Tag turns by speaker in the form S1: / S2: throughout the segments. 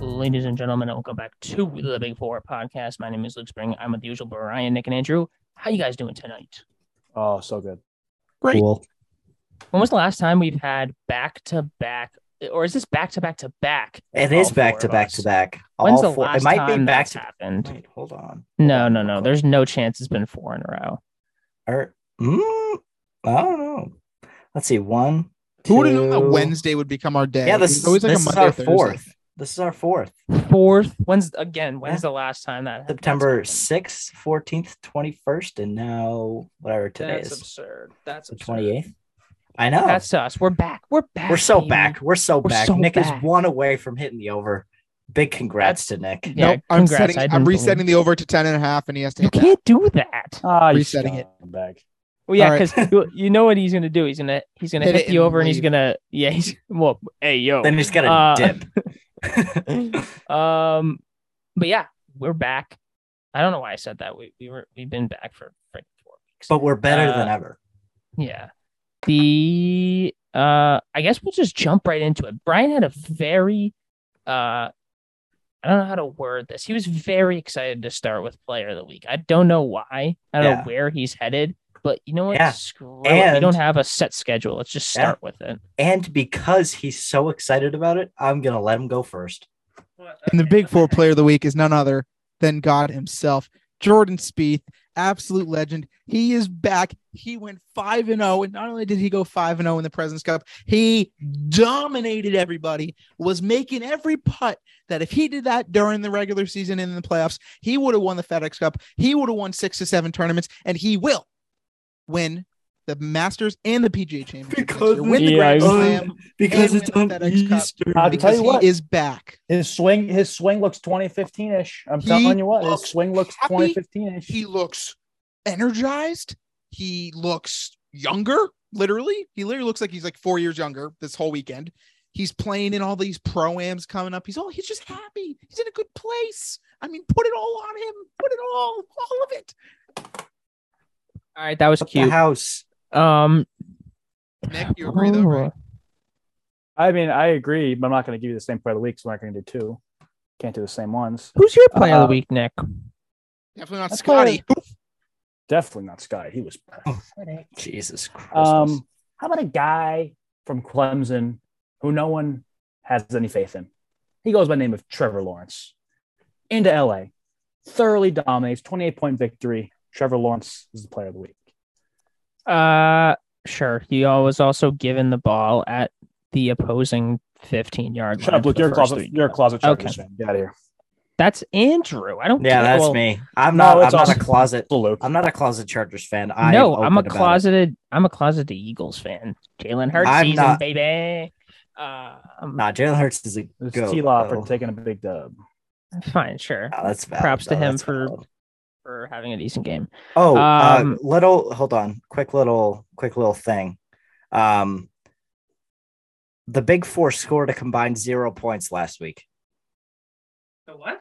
S1: ladies and gentlemen, and welcome back to the Big Four podcast. My name is Luke Spring. I'm with the usual Brian, Nick, and Andrew. How you guys doing tonight?
S2: Oh, so good.
S3: Great.
S4: Cool.
S1: When was the last time we've had back to back, or is this back to back to back?
S3: It is
S1: all
S3: back
S1: four
S3: to
S1: of
S3: back
S1: us?
S3: to back.
S1: When's
S3: All
S1: the
S3: four-
S1: last
S3: It might
S1: time
S3: be back
S1: that's
S3: to.
S1: happened?
S3: Wait, hold on.
S1: No, no, no. There's no chance it's been four in a row.
S3: Or, mm, I don't know. Let's see. One.
S4: Who would have known
S3: two-
S4: that Wednesday would become our day?
S3: Yeah, this,
S4: It's always like
S3: this
S4: a
S3: is
S4: Monday
S3: our
S4: or Thursday.
S3: fourth. This is our fourth.
S1: Fourth, when's again? When's
S3: Yeah.
S1: the last time that
S3: September
S1: That's,
S3: 6th, 14th, 21st, and now whatever today
S1: that's
S3: is.
S1: absurd. That's
S3: The
S1: absurd.
S3: 28th. I know.
S1: That's us. We're back. We're back.
S3: We're so
S1: baby.
S3: back. We're so
S1: We're
S3: back.
S1: so
S3: Nick
S1: back.
S3: is one away from hitting the over. Big congrats to Nick.
S1: Yeah,
S4: nope, I'm
S1: congrats,
S4: setting.
S1: I didn't
S4: I'm
S1: believe
S4: resetting the over to ten and a half, and he has to
S1: You
S4: hit that.
S1: can't do that.
S2: Ah, you
S4: Resetting it.
S2: scumbag.
S1: Well, yeah,
S4: All right.
S1: because you know what he's gonna do. He's gonna he's gonna
S4: Hit
S1: hit,
S4: it
S1: you
S4: and
S1: over, and he's
S4: leave.
S1: gonna yeah. He's well, hey yo.
S3: Then he's got a
S1: Uh,
S3: dip.
S1: um, but yeah, we're back. I don't know why I said that. We we were we've been back for freaking four weeks.
S3: but we're better than
S1: uh,
S3: ever.
S1: Yeah. The uh I guess we'll just jump right into it. Brian had a very uh I don't know how to word this. He was very excited to start with player of the week. I don't know why. I don't know
S3: Yeah.
S1: where he's headed, but you know what?
S3: Yeah.
S1: Screw it. We don't
S3: And-
S1: have a set schedule. Let's just
S3: Yeah.
S1: start with it.
S3: And because he's so excited about it, I'm going to let him go first.
S4: And the Big Four Player of the Week is none other than God himself, Jordan Spieth, absolute legend. He is back. He went five and zero, and not only did he go five and zero in the Presidents Cup, he dominated everybody. Was making every putt that if he did that during the regular season and in the playoffs, he would have won the FedEx Cup. He would have won six to seven tournaments, and he will win the Masters and the PGA Championship. next
S3: Because
S4: year, win the
S1: it's
S4: Grand
S1: on-
S4: Slam
S3: Because
S4: And
S3: it's
S4: win
S3: on
S4: the FedEx Cup.
S5: Uh,
S3: Easter.
S2: I'll tell
S4: because
S2: you
S4: he
S2: what.
S4: is back.
S5: His swing, his swing looks 2015 ish. I'm
S4: He
S5: telling you what,
S4: looks
S5: his swing looks
S4: happy.
S5: 2015 ish.
S4: he looks energized. He looks younger, literally. He literally looks like he's like four years younger this whole weekend. He's playing in all these pro-ams coming up. He's all he's just happy. He's in a good place. I mean, put it all on him. Put it all, all of it.
S1: All right, that was
S3: Up the
S1: cute.
S3: house.
S1: Um
S4: Nick, you agree though, right?
S1: Oh.
S5: I mean, I agree, but I'm not going to give you the same player of the week. So I'm not going to do two. Can't do the same ones.
S1: Who's your player of
S5: Uh,
S1: the week, Nick?
S4: Definitely not
S5: That's
S4: Scotty.
S5: Definitely not Sky. He was.
S4: Oh,
S5: pathetic.
S3: Jesus Christ.
S5: Um, how about a guy from Clemson who no one has any faith in? He goes by the name of Trevor Lawrence into LA, thoroughly dominates, 28 point victory. Trevor Lawrence is the player of the week.
S1: Uh sure. He was also given the ball at the opposing 15 yard line.
S5: Shut up,
S1: for
S5: Luke.
S1: the
S5: You're a
S1: first
S5: closet.
S1: three
S5: You're a closet. Trevor
S1: Okay.
S5: fan. Get out of here.
S1: That's Andrew. I don't.
S3: yeah,
S1: care.
S3: that's
S1: Well,
S3: me. I'm
S5: No,
S3: not.
S5: it's
S3: I'm not a
S5: awesome.
S3: closet.
S5: Little Luke.
S3: I'm not a closet Chargers fan. I'm
S1: No, I'm a
S3: open about it.
S1: closeted. I'm a closeted Eagles fan. Jalen Hurts
S3: I'm
S1: season,
S3: not-
S1: baby. Uh, I'm
S3: Nah, Jalen Hurts is a
S5: It's
S3: goat,
S5: T. Law for
S3: though.
S5: taking a big dub.
S1: fine. Sure,
S3: Oh, that's valid,
S1: Props to
S3: though.
S1: him
S3: That's
S1: for-
S3: valid.
S1: for having a decent game.
S3: Oh,
S1: Um,
S3: uh, little. Hold on. Quick little. Quick little thing. Um, the Big Four scored a combined zero points last week.
S1: The what?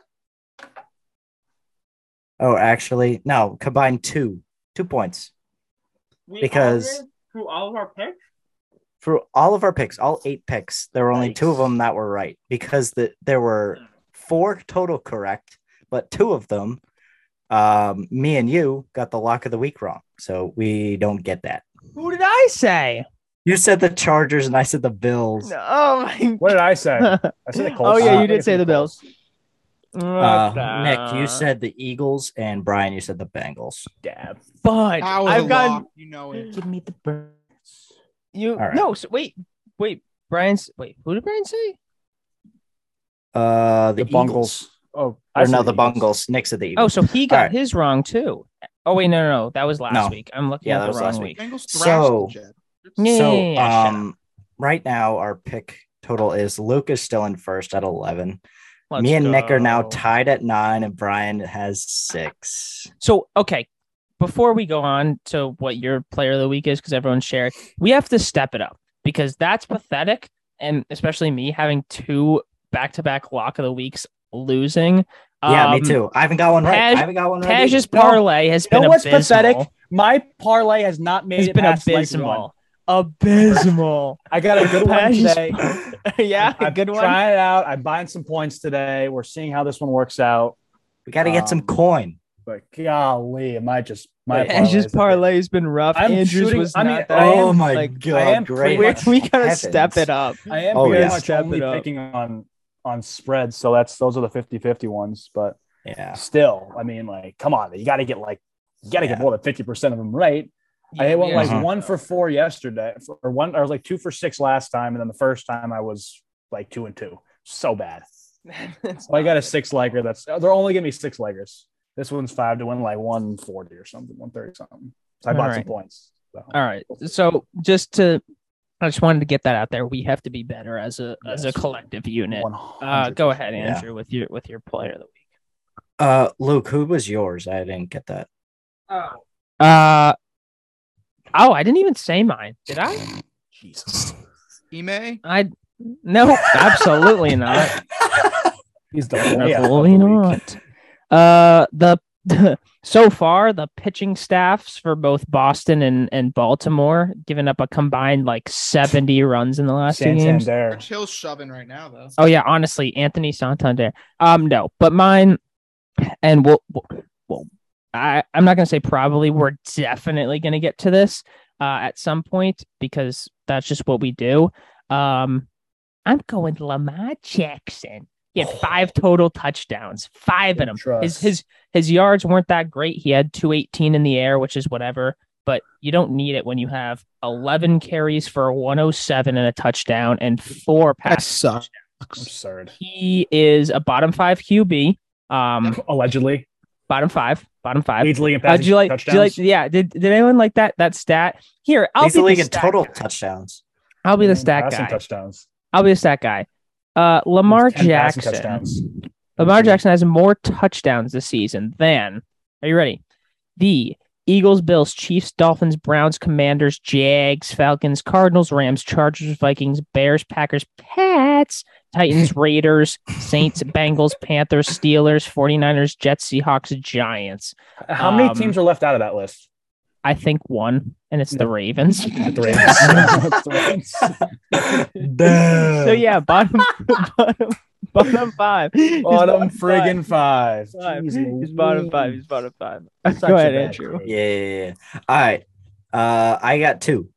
S3: Oh, actually, no, combined two, two points Because- all
S1: through all of our picks.
S3: for all of our picks, all eight picks. There were only two of
S1: Nice.
S3: them that were right because the, there were
S1: Hmm.
S3: four total correct, but two of them, um, me and you got the lock of the week wrong, so we don't get that.
S1: Who did I say?
S3: You said the Chargers, and I said the Bills.
S1: No, oh my.
S5: What did I say? I said the Colts.
S1: oh yeah,
S5: Uh,
S1: you did say the Bills.
S3: Uh,
S1: Uh,
S3: Nick, you said the Eagles, and Brian, you said the Bengals.
S5: Dab.
S1: but
S4: That was a
S1: I've gotten
S4: lock, you know it.
S5: Oh, Give me the birds.
S1: you.
S3: All right.
S1: No, so wait, wait. Brian's wait. Who did Brian say?
S3: Uh, the,
S5: The, Bungles. Oh,
S3: Eagles. Or
S5: said
S3: no, the
S5: Eagles.
S3: Bungles. Nick said the
S1: Oh,
S3: Eagles.
S1: so he got
S3: Alright.
S1: his wrong too. Oh wait, no, no, no. That was last
S3: No.
S1: week. I'm looking
S3: Yeah,
S1: at
S3: that
S1: the
S3: was
S1: wrong
S3: last
S1: week.
S3: week.
S4: Bengals
S3: So-
S4: thrashed the Jets.
S1: Yeah,
S3: so,
S1: yeah, yeah, shut
S3: um, right now our pick total is Luke is still in first at eleven.
S1: Let's
S3: Me and Nick are now
S1: go.
S3: tied at nine, and Brian has six.
S1: So okay, before we go on to what your player of the week is, because everyone's shared, we have to step it up because that's pathetic, and especially me having two back-to-back lock of the weeks losing.
S3: yeah, me
S1: Um,
S3: too. I haven't got one right.
S1: Taj-
S3: I haven't got one right. either.
S1: Taj's
S5: No.
S1: parlay has
S5: You know
S1: been
S5: what's
S1: abysmal.
S5: pathetic? My parlay has not made
S1: It's
S5: it
S1: been
S5: past leg one.
S1: abysmal. abysmal.
S5: I got a good one
S1: Passion's-
S5: today.
S1: yeah,
S5: I'm
S1: good one.
S5: trying it out. I'm buying some points today. We're seeing how this one works out.
S3: We got to get some
S5: Um,
S3: coin.
S5: But golly, am I just my
S1: Yeah, it's just
S5: parlays have been-
S1: parlay's been rough.
S5: I'm
S1: Andrews
S5: shooting-
S1: was
S5: I mean,
S1: not that.
S5: I am,
S3: oh my
S1: like,
S3: god,
S5: I am
S1: we
S3: great.
S5: pretty much-
S1: we gotta step
S3: heavens.
S1: it up.
S5: I am
S3: Oh,
S5: pretty
S3: yeah.
S5: much
S1: Step
S5: only
S1: it up.
S5: picking on on spreads, so that's those are the 50-50 ones. But
S3: Yeah.
S5: still, I mean, like, come on, you got to get like, you got to get
S3: Yeah.
S5: more than fifty percent of them right. I went like
S3: Uh-huh.
S5: one for four yesterday, or one. I was like two for six last time, and then the first time I was like two and two. So bad. So I got a six legger. That's they're only giving me six leggers. This one's five to one, like one forty or something, one thirty something. So I
S1: All
S5: bought
S1: right.
S5: some points. So.
S1: All right. So just to, I just wanted to get that out there. We have to be better as a as a
S5: Yes.
S1: collective unit.
S5: 100%.
S1: Uh, go ahead,
S3: Yeah.
S1: Andrew, with your with your player of the week.
S3: Uh, Luke, who was yours? I didn't get that.
S1: Oh. Uh. Oh, I didn't even say mine. Did I?
S5: Jesus.
S4: Ime?
S1: I. No, absolutely not.
S5: He's the
S1: Absolutely not. Uh, the so far the pitching staffs for both Boston and and Baltimore giving up a combined like seventy runs in the last two games.
S5: Santander.
S4: Chill's shoving right now, though.
S1: Oh yeah, honestly, Anthony Santander. Um, no, but mine, and we'll, we'll, we'll- I I'm not gonna say probably. We're definitely gonna get to this uh, at some point because that's just what we do. Um, I'm going Lamar Jackson. He had five total touchdowns, five in them. His
S5: Trust.
S1: his his yards weren't that great. He had 218 in the air, which is whatever, but you don't need it when you have 11 carries for 107 and a touchdown and four
S4: That
S1: passes.
S4: sucks.
S5: absurd.
S1: He is a bottom 5 QB. Um
S5: Allegedly,
S1: bottom 5, bottom 5.
S5: leads the league in
S1: Uh, do you like, do
S5: passing
S1: you like
S5: touchdowns.
S1: yeah, did, did anyone like that that stat? Here, I'll
S3: Leads
S1: be
S3: the
S1: the
S3: league in
S1: stat
S3: total
S1: guy.
S3: touchdowns.
S1: I'll be the
S5: And
S1: stat
S5: Mm, passing
S1: guy.
S5: touchdowns.
S1: I'll be the stat guy. Uh Lamar
S5: Leads 10 passing
S1: Jackson.
S5: touchdowns.
S1: Lamar
S5: Mhm.
S1: Jackson has more touchdowns this season than, are you ready? The Eagles, Bills, Chiefs, Dolphins, Browns, Commanders, Jags, Falcons, Cardinals, Rams, Chargers, Vikings, Bears, Packers, Pats, Titans, Raiders, Saints, Bengals, Panthers, Steelers, 49ers, Jets, Seahawks, Giants.
S5: How many
S1: Um,
S5: teams are left out of that list?
S1: I think one, and it's the
S5: Yeah.
S1: Ravens.
S5: Not the Ravens. The Ravens.
S1: so yeah, bottom bottom bottom five. He's
S5: bottom friggin' five.
S1: five.
S5: Jeez
S1: He's bottom five.
S5: Louise.
S1: He's bottom five.
S5: Such
S1: Go
S5: a
S1: ahead,
S5: bad
S1: Andrew.
S5: crew.
S3: Yeah, yeah, yeah. All right. Uh, I got two.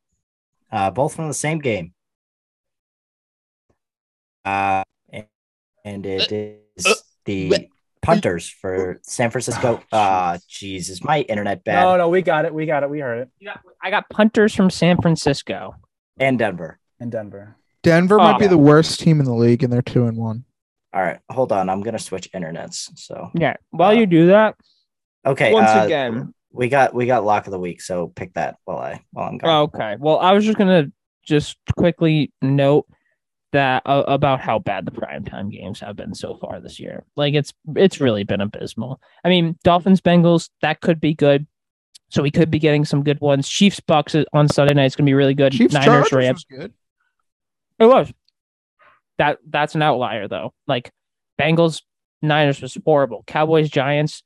S3: Uh, both from the same game. Uh, and, and it
S1: Uh,
S3: is the punters for San Francisco.
S5: Oh,
S3: Ah, Jesus, my internet bad.
S5: No, no, we got it. We got it. We heard it.
S1: I got punters from San Francisco.
S3: And Denver.
S5: In Denver.
S4: Denver
S1: Oh.
S4: might be the worst team in the league, and they're two and one.
S3: All right, hold on. I'm gonna switch internets. So
S1: Yeah. While
S3: Uh,
S1: you do that,
S3: okay.
S1: once
S3: uh,
S1: again.
S3: we got we got lock of the week. So pick that while I while I'm going.
S1: Oh, Okay. Well, I was just gonna just quickly note that uh, about how bad the primetime games have been so far this year. Like it's it's really been abysmal. I mean, Dolphins Bengals that could be good. So we could be getting some good ones. Chiefs Bucks is- on Sunday night is going to be really good.
S4: Chiefs
S1: Niners
S4: Chargers
S1: Rams.
S4: was good.
S1: It was. That that's an outlier though. Like Bengals Niners was horrible. Cowboys Giants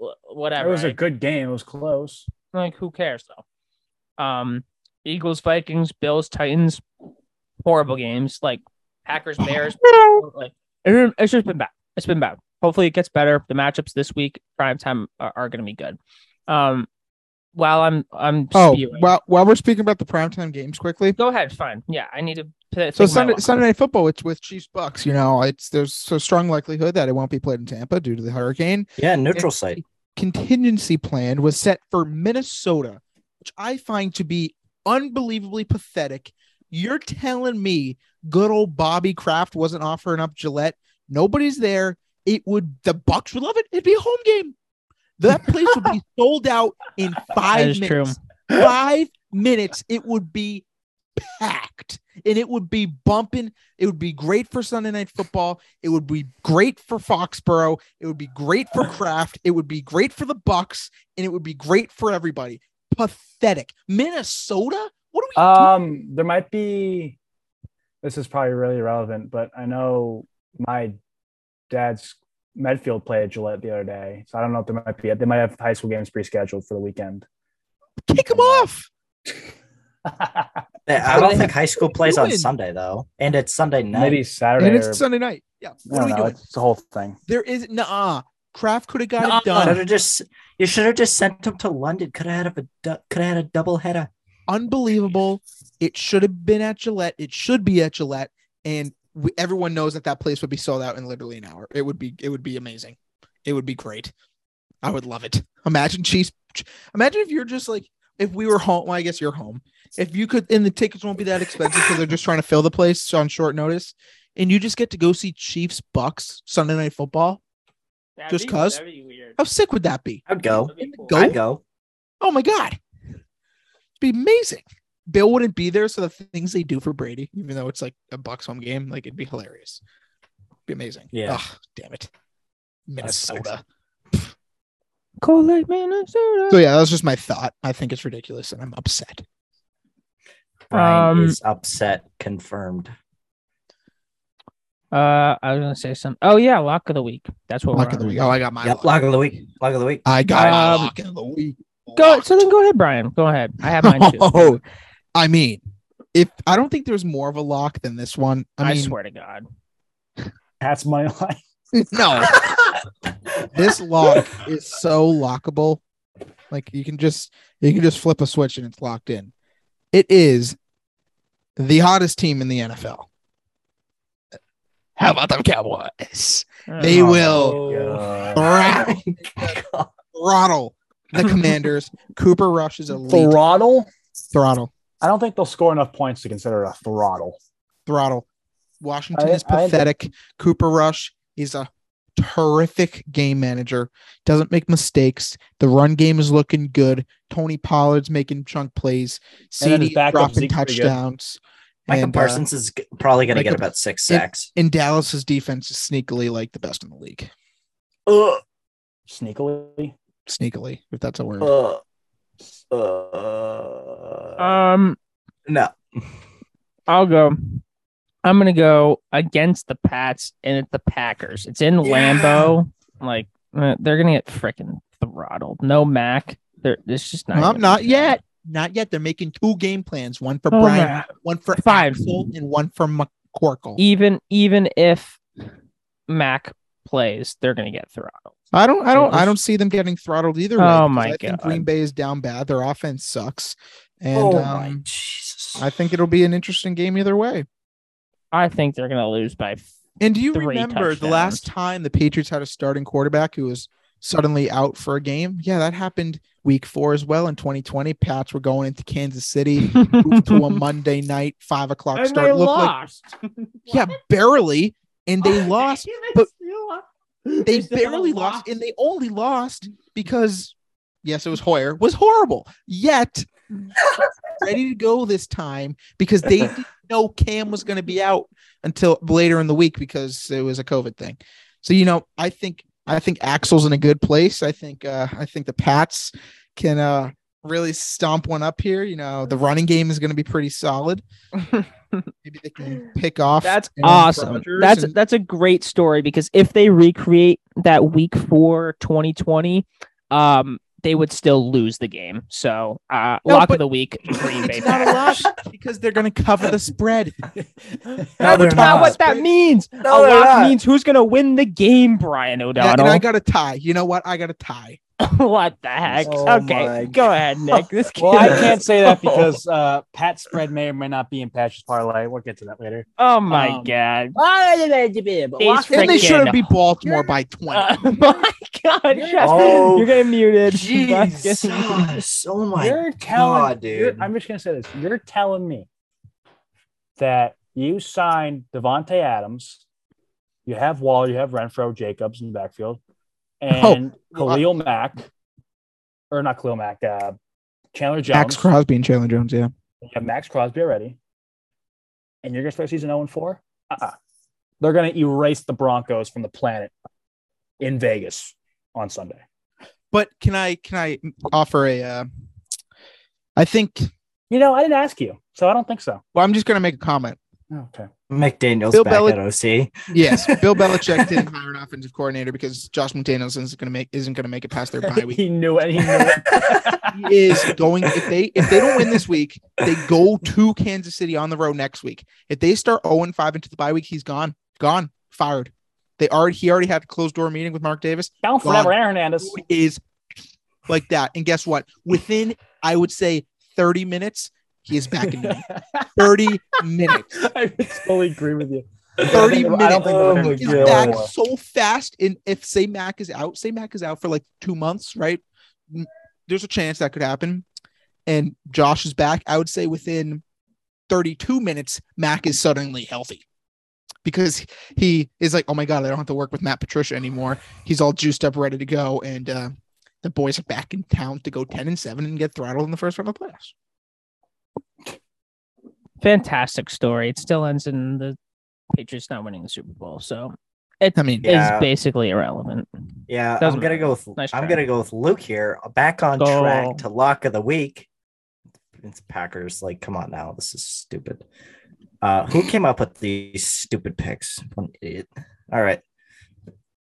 S1: wh-
S5: It
S1: whatever.
S5: was
S1: I-
S5: a good game. It was close.
S1: Like, who cares though? Um, Eagles, Vikings, Bills, Titans, horrible games. Like Packers, Bears, like it- it's just been bad. It's been bad. Hopefully, it gets better. The matchups this week, prime time, are, are going to be good. Um, while I'm, I'm.
S4: Oh,
S1: spewing-
S4: while, while we're speaking about the primetime games quickly.
S1: Go ahead. Fine. Yeah, I need to. p-
S4: So
S1: think my
S4: Sunday,
S1: lock.
S4: Sunday Night Football, it's with Chiefs Bucks. You know, it's there's so strong likelihood that it won't be played in Tampa due to the hurricane.
S3: Yeah, neutral site.
S4: contingency plan was set for Minnesota, which I find to be unbelievably pathetic. You're telling me good old Bobby Kraft wasn't offering up Gillette. Nobody's there. It would the Bucks would love it. It'd be a home game. That place would be sold out in
S1: That
S4: five
S1: is
S4: minutes. Five minutes. It would be packed. And it would be bumping. It would be great for Sunday night football. It would be great for Foxborough. It would be great for Kraft. It would be great for the Bucks, and it would be great for everybody. Pathetic. Minnesota? What are we?
S5: Um, there might be. This is probably really irrelevant, but I know my dad's Medfield played at Gillette the other day, so I don't know if there might be. They might have high school games pre-scheduled for the weekend.
S4: Kick them off.
S3: I
S1: How do
S3: don't
S1: they
S3: think high school plays on
S4: doing?
S3: Sunday though, and it's Sunday night.
S5: Maybe Saturday.
S4: and it's
S5: or-
S4: Sunday night. Yeah,
S5: I
S4: what are
S5: don't
S4: we
S5: know.
S4: doing?
S5: It's the whole thing.
S4: There is nah. Kraft could have got
S1: Nuh-uh.
S4: it done.
S3: Should have just you should have just sent him to London. Could have had a could have had a double header.
S4: Unbelievable. It should have been at Gillette. It should be at Gillette, and we, everyone knows that that place would be sold out in literally an hour. It would be. It would be amazing. It would be great. I would love it. Imagine cheese. ch- Imagine if you're just like if we were home. Well, I guess you're home. If you could, and the tickets won't be that expensive because they're just trying to fill the place on short notice, and you just get to go see Chiefs Bucks Sunday Night Football.
S1: That'd
S4: Just
S1: be-
S4: 'cause?
S1: That'd be weird.
S4: How sick would that be?
S3: I'd go.
S1: That'd be cool.
S4: Go?
S3: I'd go.
S4: Oh my god, it'd be amazing. Bill wouldn't be there, so the things they do for Brady, even though it's like a Bucks home game, like it'd be hilarious. be amazing.
S3: Yeah.
S4: Ugh, damn it,
S3: sucks.
S4: Minnesota.
S1: Cold like Minnesota.
S4: So yeah, that was just my thought. I think it's ridiculous, and I'm upset.
S3: Brian
S1: Um,
S3: is upset. Confirmed.
S1: Uh, I was gonna say something. Oh yeah, lock of the week. That's what
S4: Lock
S1: we're
S4: of the
S1: on
S4: week.
S1: right
S4: Oh, I got my.
S3: Yep.
S4: lock.
S3: Lock of the week. Lock of the week.
S4: I got my
S1: Um,
S4: lock in the week.
S1: now. Go. So then, go ahead, Brian. Go ahead. I have mine too.
S4: Oh, I mean, if I don't think there's more of a lock than this one. I,
S1: I
S4: mean,
S1: swear to God.
S5: That's my life.
S4: no, this lock is so lockable. Like you can just you can just flip a switch and it's locked in. It is the hottest team in the NFL. How about them Cowboys? They
S1: Uh,
S4: will
S5: Oh
S4: throttle throttle the Commanders. Cooper Rush is elite.
S5: Throttle?
S4: throttle,
S5: I don't think they'll score enough points to consider it a throttle.
S4: throttle. Washington
S5: I-
S4: is
S5: I-
S4: pathetic. Cooper Rush is a terrific game manager. Doesn't make mistakes. The run game is looking good. Tony Pollard's making chunk plays.
S5: And then his
S4: CD
S5: backup,
S4: dropping
S5: Zeke, pretty good.
S4: touchdowns.
S3: Michael
S4: And, uh,
S3: Parsons is g- probably going to get
S4: Micah-
S3: about six sacks.
S4: and Dallas's defense is sneakily like the best in the league.
S3: Ugh,
S5: Sneakily.
S4: Sneakily, if that's a word.
S3: ugh, ugh.
S1: Um,
S3: uh, no.
S1: I'll go. I'm gonna go against the Pats, and it's the Packers. It's in
S4: Yeah.
S1: Lambeau. Like uh, they're gonna get freaking throttled. No Mac. They're it's just not.
S4: Well,
S1: gonna
S4: I'm not
S1: be-
S4: yet. Not yet. They're making two game plans: one for
S1: Oh,
S4: Brian,
S1: man.
S4: one for
S1: Five.
S4: Axel, and one for McCorkle.
S1: Even even if Mac plays, they're gonna get throttled.
S4: I don't, I don't, I
S1: Yes.
S4: don't see them getting throttled either. Way
S1: Oh
S4: because
S1: my
S4: I think
S1: God.
S4: Green Bay is down bad. Their offense sucks, and
S3: oh my
S4: um,
S3: Jesus.
S4: I think it'll be an interesting game either way.
S1: I think they're gonna lose by.
S4: And do you
S1: Three
S4: remember the last time the Patriots had a starting quarterback who was suddenly out for a game? Yeah, that happened week four as well in 2020. Pats were going into Kansas City. moved to a Monday night five o'clock start. Looked like, yeah, barely, and
S1: Oh,
S4: they lost. but They barely lost, and they only lost because yes, it was Hoyer was horrible. Yet ready to go this time because they didn't know Cam was going to be out until later in the week because it was a COVID thing. So you know, I think I think Axel's in a good place. I think uh, I think the Pats can uh, really stomp one up here. You know, the running game is going to be pretty solid. Maybe they can pick off.
S1: That's
S4: Aaron
S1: awesome.
S4: Rodgers
S1: That's
S4: and-
S1: that's a great story because if they recreate that week 4 2020, um they would still lose the game. So, uh
S4: No,
S1: lock
S4: but-
S1: of the week Green Bay
S4: it's not a
S1: Packers.
S4: loss because they're going to cover the spread.
S3: No, they're
S1: That's not
S3: not.
S1: what that means.
S3: No,
S1: a
S3: they're
S1: lock
S3: not.
S1: means who's going to win the game, Brian
S4: And I-
S1: O'Donnell.
S4: and I got a tie. You know what? I got a tie.
S1: what the heck?
S3: Oh my
S1: okay, go ahead, Nick. This kid.
S5: Well, I can't say that because uh, Pat spread may or may not be in Patch's parlay. We'll get to that later.
S1: Oh my
S5: Um,
S1: god.
S5: Lock-
S1: These
S4: And they
S1: Freaking-
S4: should have beat Baltimore by 20.
S1: Uh, my god. Justin,
S3: Oh,
S1: you're getting muted.
S3: Jesus.
S1: Justin, you're getting-
S3: Oh my
S5: you're telling,
S3: God,
S5: you're-
S3: dude.
S5: I'm just gonna say this. You're telling me that you signed Devonte Adams, you have Wall, you have Renfro, Jacobs in the backfield, and
S4: Oh, I-
S5: Khalil Mack, or not Khalil Mack, uh, Chandler Jones.
S4: Max Crosby and Chandler Jones, yeah.
S5: You have Max Crosby already, and you're gonna start season 0 and 4. Uh-uh. They're gonna erase the Broncos from the planet in Vegas on Sunday.
S4: But can I can I offer a uh I think
S5: You know, I didn't ask you, so I don't think so.
S4: well, I'm just gonna make a comment.
S5: Okay.
S3: McDaniel's
S4: Bill
S3: back
S4: Belichick-
S3: at OC.
S4: Yes, Bill Belichick didn't hire an offensive coordinator because Josh McDaniels isn't gonna make isn't gonna make it past their bye week.
S5: he knew it. He knew it.
S4: he is going if they if they don't win this week, they go to Kansas City on the road next week. If they start 0 and 5 into the bye week, he's gone. Gone. Fired. They already he already had a closed door meeting with Mark Davis.
S5: Down forever, Aaron Hernandez.
S4: Dude Is like that. And guess what? Within I would say 30 minutes, he is back in 30 minutes.
S5: I totally agree with you.
S4: 30
S5: I don't think we're gonna
S3: minutes. Oh
S4: He's
S5: do it
S4: back
S5: anymore.
S4: so fast. And if say Mac is out, say Mac is out for like two months, right? M- There's a chance that could happen. And Josh is back. I would say within 32 minutes, Mac is suddenly healthy because he is like, oh my God, I don't have to work with Matt Patricia anymore. He's all juiced up, ready to go. And uh, the boys are back in town to go 10 and 7 and get throttled in the first round of the playoffs.
S1: Fantastic story. It still ends in the Patriots not winning the Super Bowl. So
S4: I mean,
S3: Yeah.
S1: it's basically irrelevant.
S3: Yeah,
S1: Doesn't
S3: I'm gonna go with
S1: Nice
S3: I'm
S1: try.
S3: gonna go with Luke here. Back on
S1: Go.
S3: track to lock of the week. It's Packers. Like, come on now, this is stupid. Uh, who came up with these stupid picks? What an idiot. All right,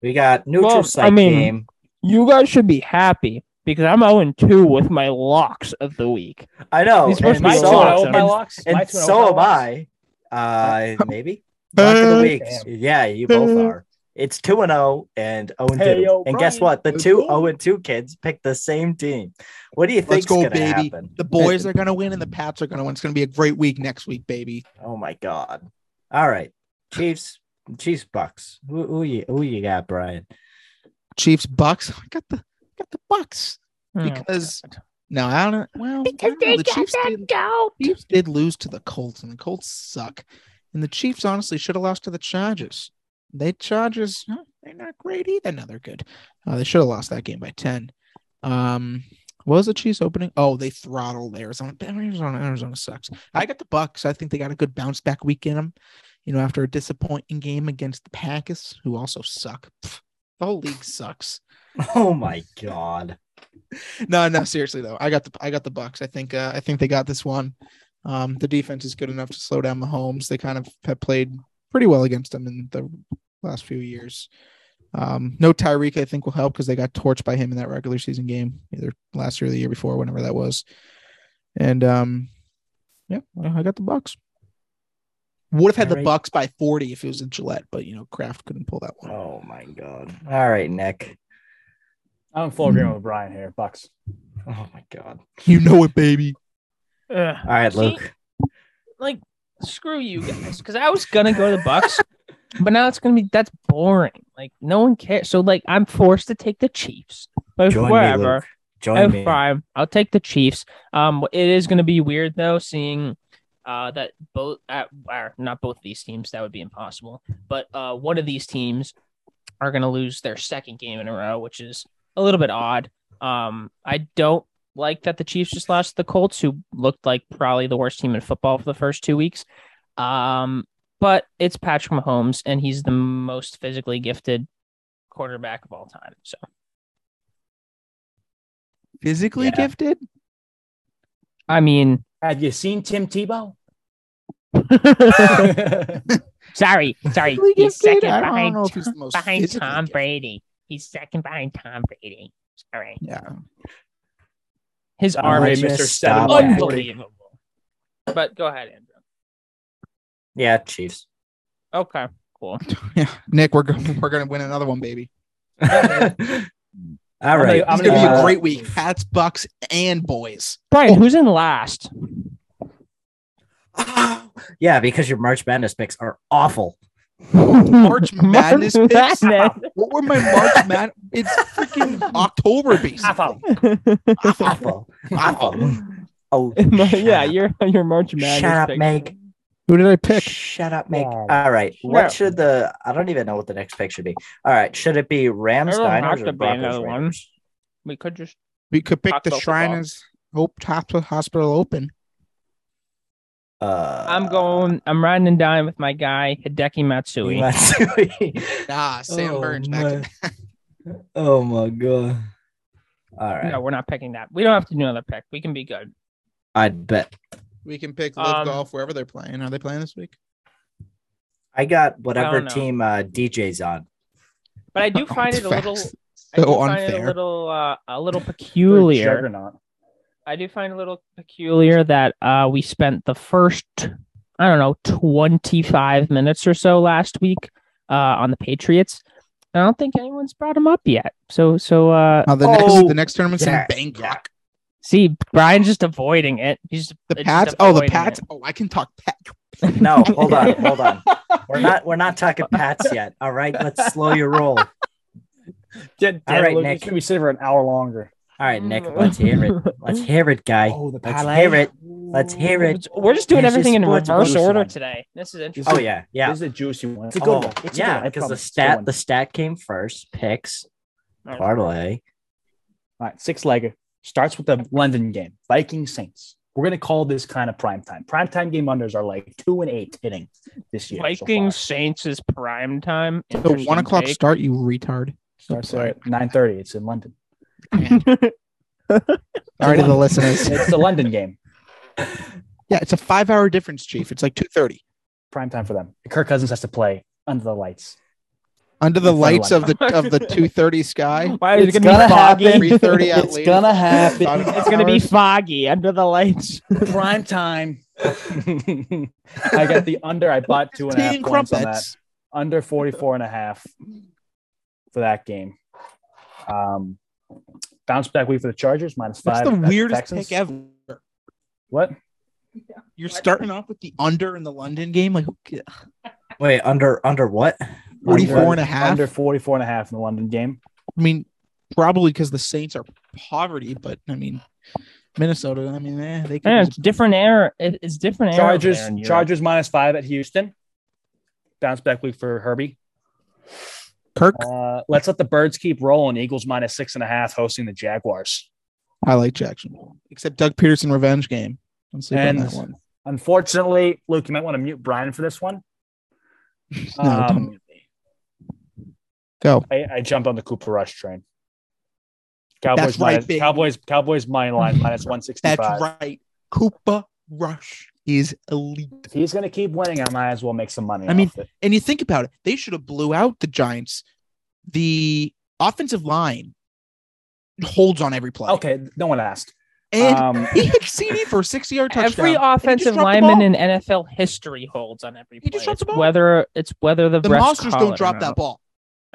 S3: we got neutral
S1: Well,
S3: site
S1: I mean-
S3: game.
S1: You guys should be happy because I'm 0 2 with my locks of the week.
S3: I know,
S1: These must
S3: and
S1: be
S5: My
S1: so
S5: two
S1: awesome.
S5: and oh, my
S3: and-
S5: locks.
S3: and
S5: My two and
S3: so
S5: oh,
S3: am
S5: my locks.
S3: I. Uh, maybe
S4: Uh,
S3: lock of the week.
S5: Damn.
S3: Yeah, you both are. It's two and zero and zero and
S5: Hey,
S3: two. And guess
S5: O'Brien,
S3: what? The
S4: let's
S3: two
S4: go.
S3: zero and two kids picked the same team. What do you think's
S4: Let's go,
S3: gonna
S4: baby.
S3: happen?
S4: the boys are going to win and the Pats are going to win. It's going to be a great week next week, baby.
S3: Oh my god! All right, Chiefs, Chiefs, Bucks. Who, who you who you got, Brian?
S4: Chiefs Bucks. I got the got the Bucks
S1: Hmm.
S4: because no, I don't. Well, I
S1: because
S4: don't know.
S1: they
S4: the
S1: got
S4: Chiefs
S1: that
S4: did,
S1: goat.
S4: Chiefs did lose to the Colts, and the Colts suck. And the Chiefs honestly should have lost to the Chargers. They Chargers, huh, they're not great either. Now they're good. Uh, they should have lost that game by ten. Um, what was the Chiefs opening? Oh, they throttled Arizona. Damn, Arizona, Arizona sucks. I got the Bucks. I think they got a good bounce back week in them. You know, after a disappointing game against the Packers, who also suck. Pfft, the whole league sucks.
S3: Oh my god!
S4: No, no, seriously though, I got the I got the Bucks. I think uh, I think they got this one. Um, the defense is good enough to slow down Mahomes. They kind of have played pretty well against them in the last few years. Um, no Tyreek, I think, will help because they got torched by him in that regular season game, either last year or the year before, whenever that was. And um, yeah, well, I got the Bucks. Would have had the
S3: Alright.
S4: Bucks by forty if it was in Gillette, but you know, Kraft couldn't pull that one.
S3: Oh my god! All right, Nick.
S5: I'm in full agreement with Brian here. Bucks.
S3: Oh my god!
S4: You know it, baby.
S1: Ugh.
S3: All right,
S1: See?
S3: Luke.
S1: like screw you guys because i was gonna go to the bucks but now it's gonna be that's boring like no one cares so like i'm forced to take the chiefs but
S3: Join me,
S1: wherever
S3: Luke. Join
S1: if
S3: me.
S1: I'm- i'll take the chiefs um it is gonna be weird though seeing uh that both uh, or not both of these teams that would be impossible but uh one of these teams are gonna lose their second game in a row which is a little bit odd um i don't like that the Chiefs just lost to the Colts, who looked like probably the worst team in football for the first two weeks. Um, but it's Patrick Mahomes, and he's the most physically gifted quarterback of all time. So
S4: Physically
S3: Yeah.
S4: gifted.
S1: I mean,
S5: Have you seen Tim Tebow?
S1: sorry, sorry,
S4: Physically
S1: he's
S4: gifted?
S1: second
S4: I don't
S1: behind,
S4: know if he's the
S1: Tom-
S4: most
S1: behind
S4: physically
S1: Tom
S4: gifted.
S1: Brady. He's second behind Tom Brady. Sorry,
S4: Yeah. Oh,
S1: his
S3: All
S1: arm
S3: right,
S1: is
S5: Mr.
S3: just
S5: Seven
S3: stop
S5: Lab.
S3: that.
S1: unbelievable. But go ahead, Andrew.
S3: Yeah, Chiefs.
S1: Okay, cool.
S4: Yeah, Nick, we're go- we're gonna win another one, baby.
S3: All right.
S5: I'm
S4: It's
S5: gonna
S4: gonna be
S5: go
S4: a
S5: with
S4: great
S5: the
S4: week.
S5: Chiefs.
S4: Pats, Bucks, and boys.
S1: Brian, who's in last?
S3: Uh, yeah, because your March Madness picks are awful.
S4: March Madness picks?
S1: Madness.
S4: What were my March man? It's freaking October based.
S5: Awful.
S3: Awful. awful. Oh,
S1: yeah,
S3: shut
S1: your your March
S3: up.
S1: Madness.
S3: Shut up,
S1: picks.
S3: Meg.
S4: Who did I pick?
S3: Shut up, Meg.
S5: Yeah.
S3: All right.
S1: Shut
S3: What
S1: up.
S3: should the? I don't even know what the next pick should be. All right. Should it be Rams,
S1: It'll have
S3: Niners,
S1: to
S3: or
S1: be
S3: Broncos?
S1: another one.
S3: Raiders?
S1: We could just
S4: We could pick
S1: Talk
S4: the
S1: about
S4: Shriners Hope Top Hospital Open.
S3: Uh,
S1: I'm going. I'm riding and dying with my guy Hideki Matsui.
S3: Matsui.
S4: Ah, Sam
S3: Oh,
S4: Burns back to
S3: my- oh my god. All right.
S1: No, we're not picking that. We don't have to do another pick. We can be good.
S3: I bet.
S4: We can pick Live
S1: Um,
S4: Golf wherever they're playing. Are they playing this week?
S3: I got whatever
S1: know.
S3: team uh, DJ's on.
S1: But I do
S4: Oh,
S1: find it
S4: it's
S1: a little.
S4: facts.
S1: I do
S4: so
S1: find it a
S4: unfair.
S1: little, uh, a little
S5: They're
S1: peculiar
S5: Juggernaut.
S1: I do find a little peculiar that uh, we spent the first, I don't know, 25 minutes or so last week uh, on the Patriots. I don't think anyone's brought them up yet. So, so uh,
S4: Now, the
S3: Oh,
S4: next the next tournament's
S3: yeah,
S4: in Bangkok.
S1: see, Brian's just avoiding it. He's just, uh,
S4: The
S1: just
S4: Pats. Oh, the
S1: avoiding
S4: Pats.
S1: it.
S4: Oh, I can talk Pat.
S3: No, hold on, hold on. We're not we're not talking Pats yet. All right, let's slow your roll. All
S5: Dead,
S3: All right, Nick.
S5: It's gonna be sitting for an hour longer.
S3: right, Nick,
S1: Mm.
S3: let's hear it. Let's hear it, guy.
S5: Oh, the
S3: Let's hear it. Let's hear it.
S1: We're just doing
S3: This is
S1: everything in
S3: sports
S1: reverse
S3: bonus
S1: order
S3: one.
S1: today. This is interesting.
S3: Oh yeah, yeah.
S5: This is a juicy one. It's a
S3: Oh,
S5: good one. It's a good
S3: yeah,
S5: one, I
S3: because the
S5: promise. It's a good
S3: stat
S5: one.
S3: the stat came first. Picks
S1: All right.
S3: parlay.
S5: All right, six legger starts with the London game, Viking Saints. We're gonna call this kind of prime time. Prime time game unders are like two and eight hitting this year. so
S1: Vikings
S5: far.
S1: Saints is prime time.
S4: The one o'clock
S1: Interesting
S4: start, you retard.
S5: starts at nine thirty. It's in London.
S1: take.
S4: Sorry to the listeners.
S5: It's the London game,
S4: Yeah, it's a five hour difference, Chief. It's like two thirty.
S5: prime time for them. Kirk Cousins has to play under the lights.
S4: Under the
S5: It's
S4: lights of the
S1: unlikely.
S4: of the two thirty sky.
S1: Why is it
S5: It's
S1: gonna,
S5: gonna
S1: be foggy?
S5: happen.
S4: 3:30 at least. About
S5: happen.
S4: an
S1: It's gonna be
S4: hour.
S1: foggy under the lights.
S5: prime time. I got the under. I bought two and a half
S4: Tea and
S5: points on that.
S4: crumpets.
S5: under 44 and a half for that game. Um, bounce back week for the Chargers, minus
S4: That's
S5: five.
S4: the
S5: at
S4: weirdest
S5: Texans.
S4: pick ever.
S5: What?
S4: You're starting off with the under in the London game, like who ca-
S3: Wait, under under what?
S4: 44
S5: Under-
S4: and a half.
S5: Under 44 and a half in the London game.
S4: I mean, probably because the Saints are poverty, but I mean, Minnesota. I mean, eh, they could
S1: Yeah, it's
S4: just-
S1: different era. It, it's different era. over
S5: Chargers,
S1: there in Europe.
S5: Chargers minus five at Houston. Bounce back week for Herbie.
S4: Kirk.
S5: Uh, let's let the birds keep rolling. Eagles minus six and a half hosting the Jaguars.
S4: I like Jacksonville, except Doug Peterson revenge game. Don't sleep
S5: And-
S4: on that one.
S5: Unfortunately, Luke, you might want to mute Brian for this one.
S4: No, don't
S5: um,
S4: go.
S5: I, I jumped on the Cooper Rush train. Cowboys,
S4: right,
S5: minus-
S4: big.
S5: Cowboys, Cowboys, money line minus one sixty
S4: That's
S5: five.
S4: right. Cooper Rush is elite.
S5: He's gonna keep winning. I might as well make some money.
S4: I mean-
S5: off it.
S4: And you think about it, they should have blew out the Giants. The offensive line holds on every play.
S5: okay, no one asked.
S4: And
S5: um,
S4: he had CD for a 60-yard touchdown.
S1: Every
S4: and he just
S1: offensive
S4: dropped the
S1: lineman
S4: ball.
S1: in NFL history holds on every play.
S4: He just dropped
S1: It's
S4: the ball.
S1: Whether it's whether the,
S4: the
S1: refs
S4: monsters
S1: call it
S4: don't
S1: or
S4: drop
S1: not.
S4: that ball.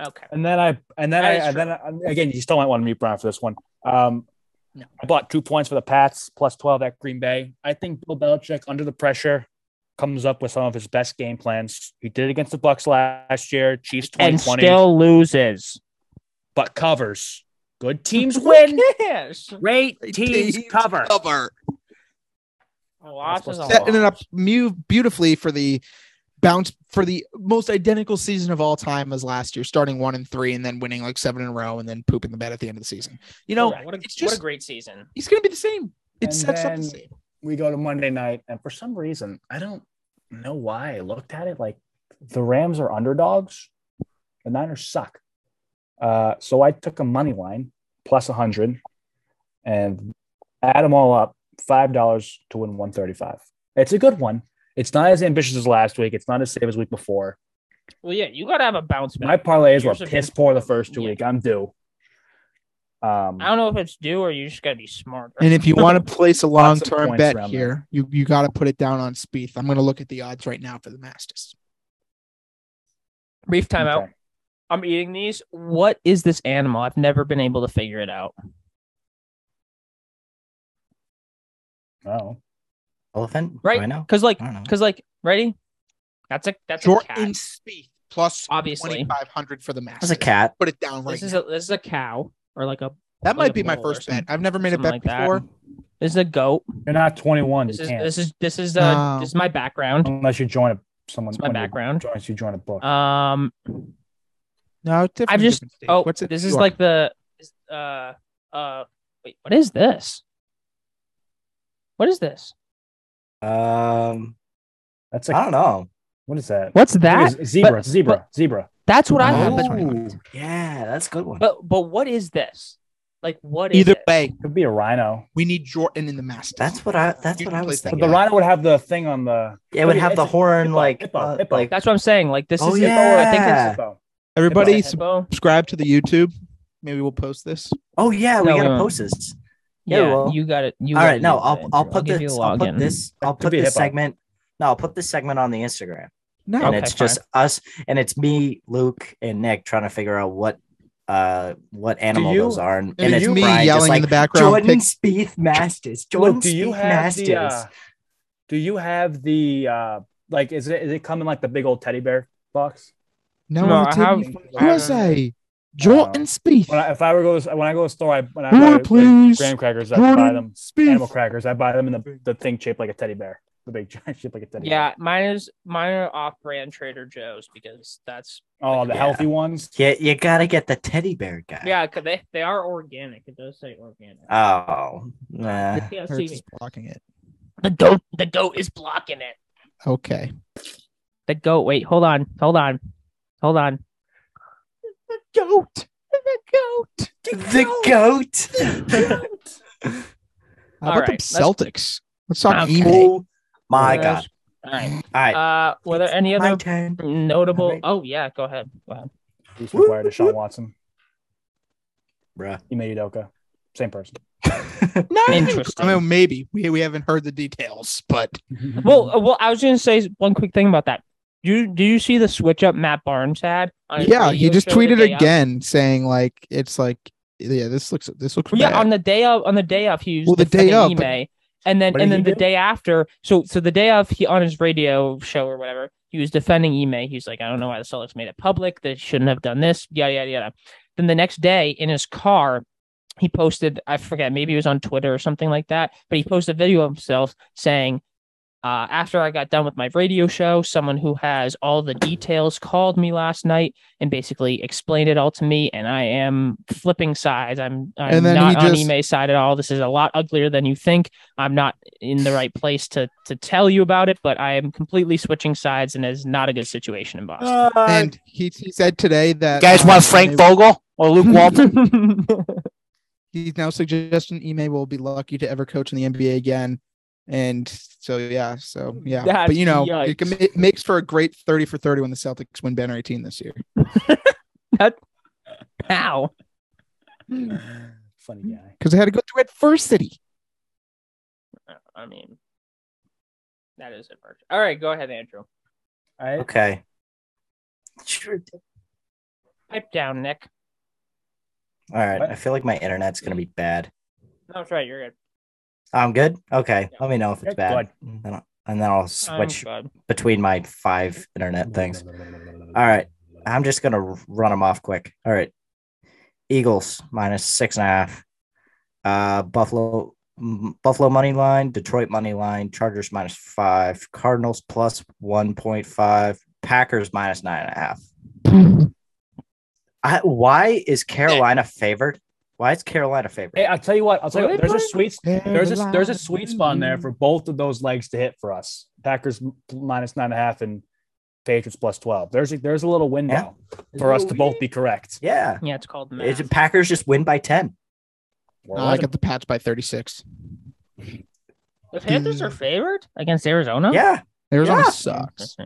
S1: Okay.
S5: and then I, and then
S1: That
S5: I,
S1: is
S5: and then I, again, you still might want to mute Brian for this one. Um,
S4: No.
S5: I bought two points for the Pats plus twelve at Green Bay. I think Bill Belichick, under the pressure, comes up with some of his best game plans. He did it against the Bucks last year, Chiefs twenty
S1: And
S5: twenty,
S1: still loses.
S5: but covers. Good teams win.
S1: Yes.
S5: Great teams, cover.
S4: cover.
S1: A loss is a
S5: Setting
S4: Setting it
S1: loss.
S4: up mu- beautifully for the bounce for the most identical season of all time as last year, starting one and three, and then winning like seven in a row, and then pooping the bed at the end of the season. You know,
S1: Correct. what, a,
S4: it's
S1: what
S4: just
S1: a great season.
S4: he's going to be the same. It
S5: And
S4: sets up the
S5: then-
S4: same.
S5: we go to Monday night, and for some reason, I don't know why I looked at it like the Rams are underdogs. The Niners suck. Uh, so I took a money line plus 100 and add them all up $5 to win 135. It's a good one. It's not as ambitious as last week. It's not as safe as week before.
S1: Well, yeah, you got to have a bounce back.
S5: My parlays were
S1: Yours have been-
S5: piss poor the first two
S1: Yeah.
S5: weeks. I'm due. Um,
S1: I don't know if it's due or you just got to be smarter.
S4: And if you want to place a long
S5: Lots of
S4: term
S5: points
S4: bet
S5: around
S4: here, you, you got to put it down on Spieth. I'm going to look at the odds right now for the Masters.
S1: Brief timeout.
S5: okay.
S1: I'm eating these. What is this animal? I've never been able to figure it out.
S5: Oh.
S3: Elephant?
S1: Right.
S3: I know.
S1: Because like,
S3: I don't know.
S1: because like, ready? That's a that's a cat.
S4: Jordan Spieth plus
S1: Obviously,
S4: 2,500 for the Masters.
S3: That's a cat.
S4: Put it down right
S1: this is
S4: now.
S1: a this is a cow or like a
S4: that
S1: like
S4: might
S1: a
S4: be my
S1: bull or
S4: first bet.
S1: something-
S4: I've never made a
S1: something like
S4: bet
S1: that.
S4: before.
S1: This is a goat.
S5: You're not 21.
S1: This
S5: you
S1: is
S5: can't.
S1: this is this is uh
S4: No.
S1: this is my background.
S5: unless you join a, someone.
S1: It's my
S5: when you
S1: background.
S5: join- you join a book.
S1: Um.
S4: No, it's different.
S1: just-
S4: different state.
S1: Oh,
S4: What's it?
S1: this
S4: New
S1: is
S4: York.
S1: like the uh uh. Wait, what is this? What is this?
S3: Um
S5: That's
S3: I
S5: like
S3: don't know.
S5: what is that?
S1: What's
S5: What
S1: that?
S5: is- zebra,
S1: but-
S5: zebra, zebra.
S1: That's what I
S5: Oh.
S1: have. But,
S3: Ooh, yeah, that's a good one.
S1: but but what is this? Like what is
S4: Either
S1: it?
S4: way,
S5: Could be a rhino.
S4: we need Jordan in the Masters.
S3: that's what I that's
S4: You
S3: what
S4: can
S3: I was
S4: place that.
S5: But
S3: thinking.
S5: the rhino would have the thing on the.
S3: Yeah, it would
S5: Yeah,
S3: have
S5: it's
S3: the
S5: a
S3: horn
S5: hippo,
S3: like
S5: hippo,
S3: uh,
S5: hippo.
S3: like
S1: That's what I'm saying. Like this
S3: Oh,
S1: is
S3: yeah.
S1: I think
S3: Yeah.
S1: it's
S5: Hippo.
S4: Everybody
S5: Hippo.
S1: Hippo.
S4: subscribe to the YouTube. Maybe we'll post this.
S3: oh yeah, we
S1: No,
S3: gotta
S1: wait, wait.
S3: post this.
S1: Yeah,
S3: well-
S1: you got it. You
S3: All
S1: gotta
S3: right, no,
S1: use
S3: I'll
S1: that
S3: I'll
S1: intro.
S3: put
S1: give you
S3: this
S1: a
S3: I'll put
S1: login.
S3: this I'll
S5: Could
S3: put
S5: be
S3: this
S5: hip-hop.
S3: segment. No, I'll put this segment on the Instagram,
S4: No,
S3: and
S1: Okay,
S3: it's just us, and it's me, Luke, and Nick trying to figure out what uh what animal
S5: you-
S3: those are, and,
S4: and,
S3: and
S4: it's me
S3: Brian just
S4: yelling in
S3: like,
S4: the background.
S3: Jordan
S4: pick-
S3: Spieth Masters. Jordan
S5: Look, do you
S3: Spieth
S5: have
S3: Masters.
S5: the? Uh, do you have the? Uh, like, is it is it coming like the big old teddy bear box?
S4: no,
S1: No,
S4: no,
S1: I
S4: I
S1: haven't- I
S4: was
S1: haven't-
S4: I? Jordan
S5: Uh,
S4: Spieth.
S5: When I, if I were go when I go to the store, I when I
S4: More
S5: buy like,
S4: please.
S5: graham crackers, I buy
S4: Jordan
S5: them animal
S4: Spieth.
S5: crackers. I buy them in the the thing shaped like a teddy bear, the big giant shaped like a teddy bear.
S1: Yeah, mine is mine are off-brand Trader Joe's because that's
S5: Oh, the
S3: Yeah.
S5: healthy ones.
S3: yeah, you gotta get the teddy bear
S4: Ah.
S3: guy.
S1: yeah, 'cause they they are organic. It does say organic.
S3: Oh, nah.
S1: yeah,
S4: Or
S1: see,
S4: just blocking it.
S1: the goat the goat is blocking it.
S4: Okay.
S1: The goat. Wait, hold on, hold on, hold on. The goat. The goat.
S3: the goat.
S4: How
S1: All
S4: about
S1: right,
S4: the
S1: let's-
S4: Celtics? Let's talk
S1: Okay.
S4: emo.
S3: oh my god!
S1: All right.
S3: All right,
S1: Uh, were there any
S3: my
S1: other
S3: turn.
S1: notable?
S3: Alright.
S1: Oh yeah, go ahead. Go ahead.
S5: Bruce McGuire, Deshaun Watson,
S3: Bruh.
S5: Ime Udoka, same person.
S4: Not even-
S1: Interesting.
S4: I mean, maybe we, we haven't heard the details, but
S1: Well, uh, well, I was gonna say one quick thing about that. You do you see the switch up Matt Barnes had? on his
S4: yeah, he
S1: radio
S4: just
S1: show the
S4: tweeted
S1: day of?
S4: again saying like it's like yeah, this looks this looks
S1: Yeah,
S4: bad.
S1: on the day of on the day of he was
S4: Well, the day of, but-
S1: Ime, and then
S5: What
S1: and
S5: did
S1: then
S5: he
S1: the
S5: do?
S1: day after. So so the day of he on his radio show or whatever he was defending Ime. He was like, I don't know why the Celtics made it public. They shouldn't have done this. Yada yada yada. Then the next day in his car. He posted, I forget, maybe it was on Twitter or something like that, but he posted a video of himself saying, uh, after I got done with my radio show, someone who has all the details called me last night and basically explained it all to me, and I am flipping sides. I'm, I'm
S4: And then
S1: not
S4: he
S1: on
S4: just-
S1: Ime's side at all. This is a lot uglier than you think. I'm not in the right place to to tell you about it, but I am completely switching sides, and it's not a good situation in
S2: Uh,
S1: Boston.
S4: and he, he said today that
S2: guys
S4: um,
S2: want Frank
S4: they-
S2: Vogel or Luke Walton?
S4: he's now suggesting Ime will be lucky to ever coach in the NBA again. And so yeah, so yeah,
S1: That's
S4: but you know it, can-
S1: yikes.
S4: it makes for a great thirty for thirty when the Celtics win banner eighteen this year.
S1: How?
S5: Funny guy.
S4: because I had to go through adversity.
S1: I mean, that is it. All right, go ahead, Andrew.
S5: All right.
S3: Okay. Sure.
S1: Pipe down, Nick.
S3: All right.
S5: What? Mm.
S3: I feel like my internet's gonna be bad.
S1: That's right. You're good.
S3: I'm good. Okay.
S1: Yeah.
S3: Let me know if
S5: You're Um,
S3: it's bad, and then I'll, and then I'll switch
S1: I'm good.
S3: between my five internet things. All right. I'm just gonna run them off quick. All right. Eagles minus six and a half. Uh, Buffalo m- Buffalo money line, Detroit money line, Chargers minus five, Cardinals plus one point five, Packers minus nine and a half. I, why is Carolina favored? Why is Carolina favored?
S5: Hey, I'll tell you what. I'll tell you.
S1: What
S5: What,
S1: are they
S5: there's a sweet. There's a there's a sweet spot in there for both of those legs to hit for us. Packers m- minus nine and a half and Patriots plus twelve. There's a, there's a little window for us to both be correct.
S3: Yeah.
S1: Yeah, it's called math.
S3: It's, Packers just win by ten.
S4: Uh, I got the patch by thirty six.
S1: The Panthers
S4: Mm.
S1: are favored against Arizona.
S3: Yeah.
S4: Arizona
S3: Yeah.
S4: sucks.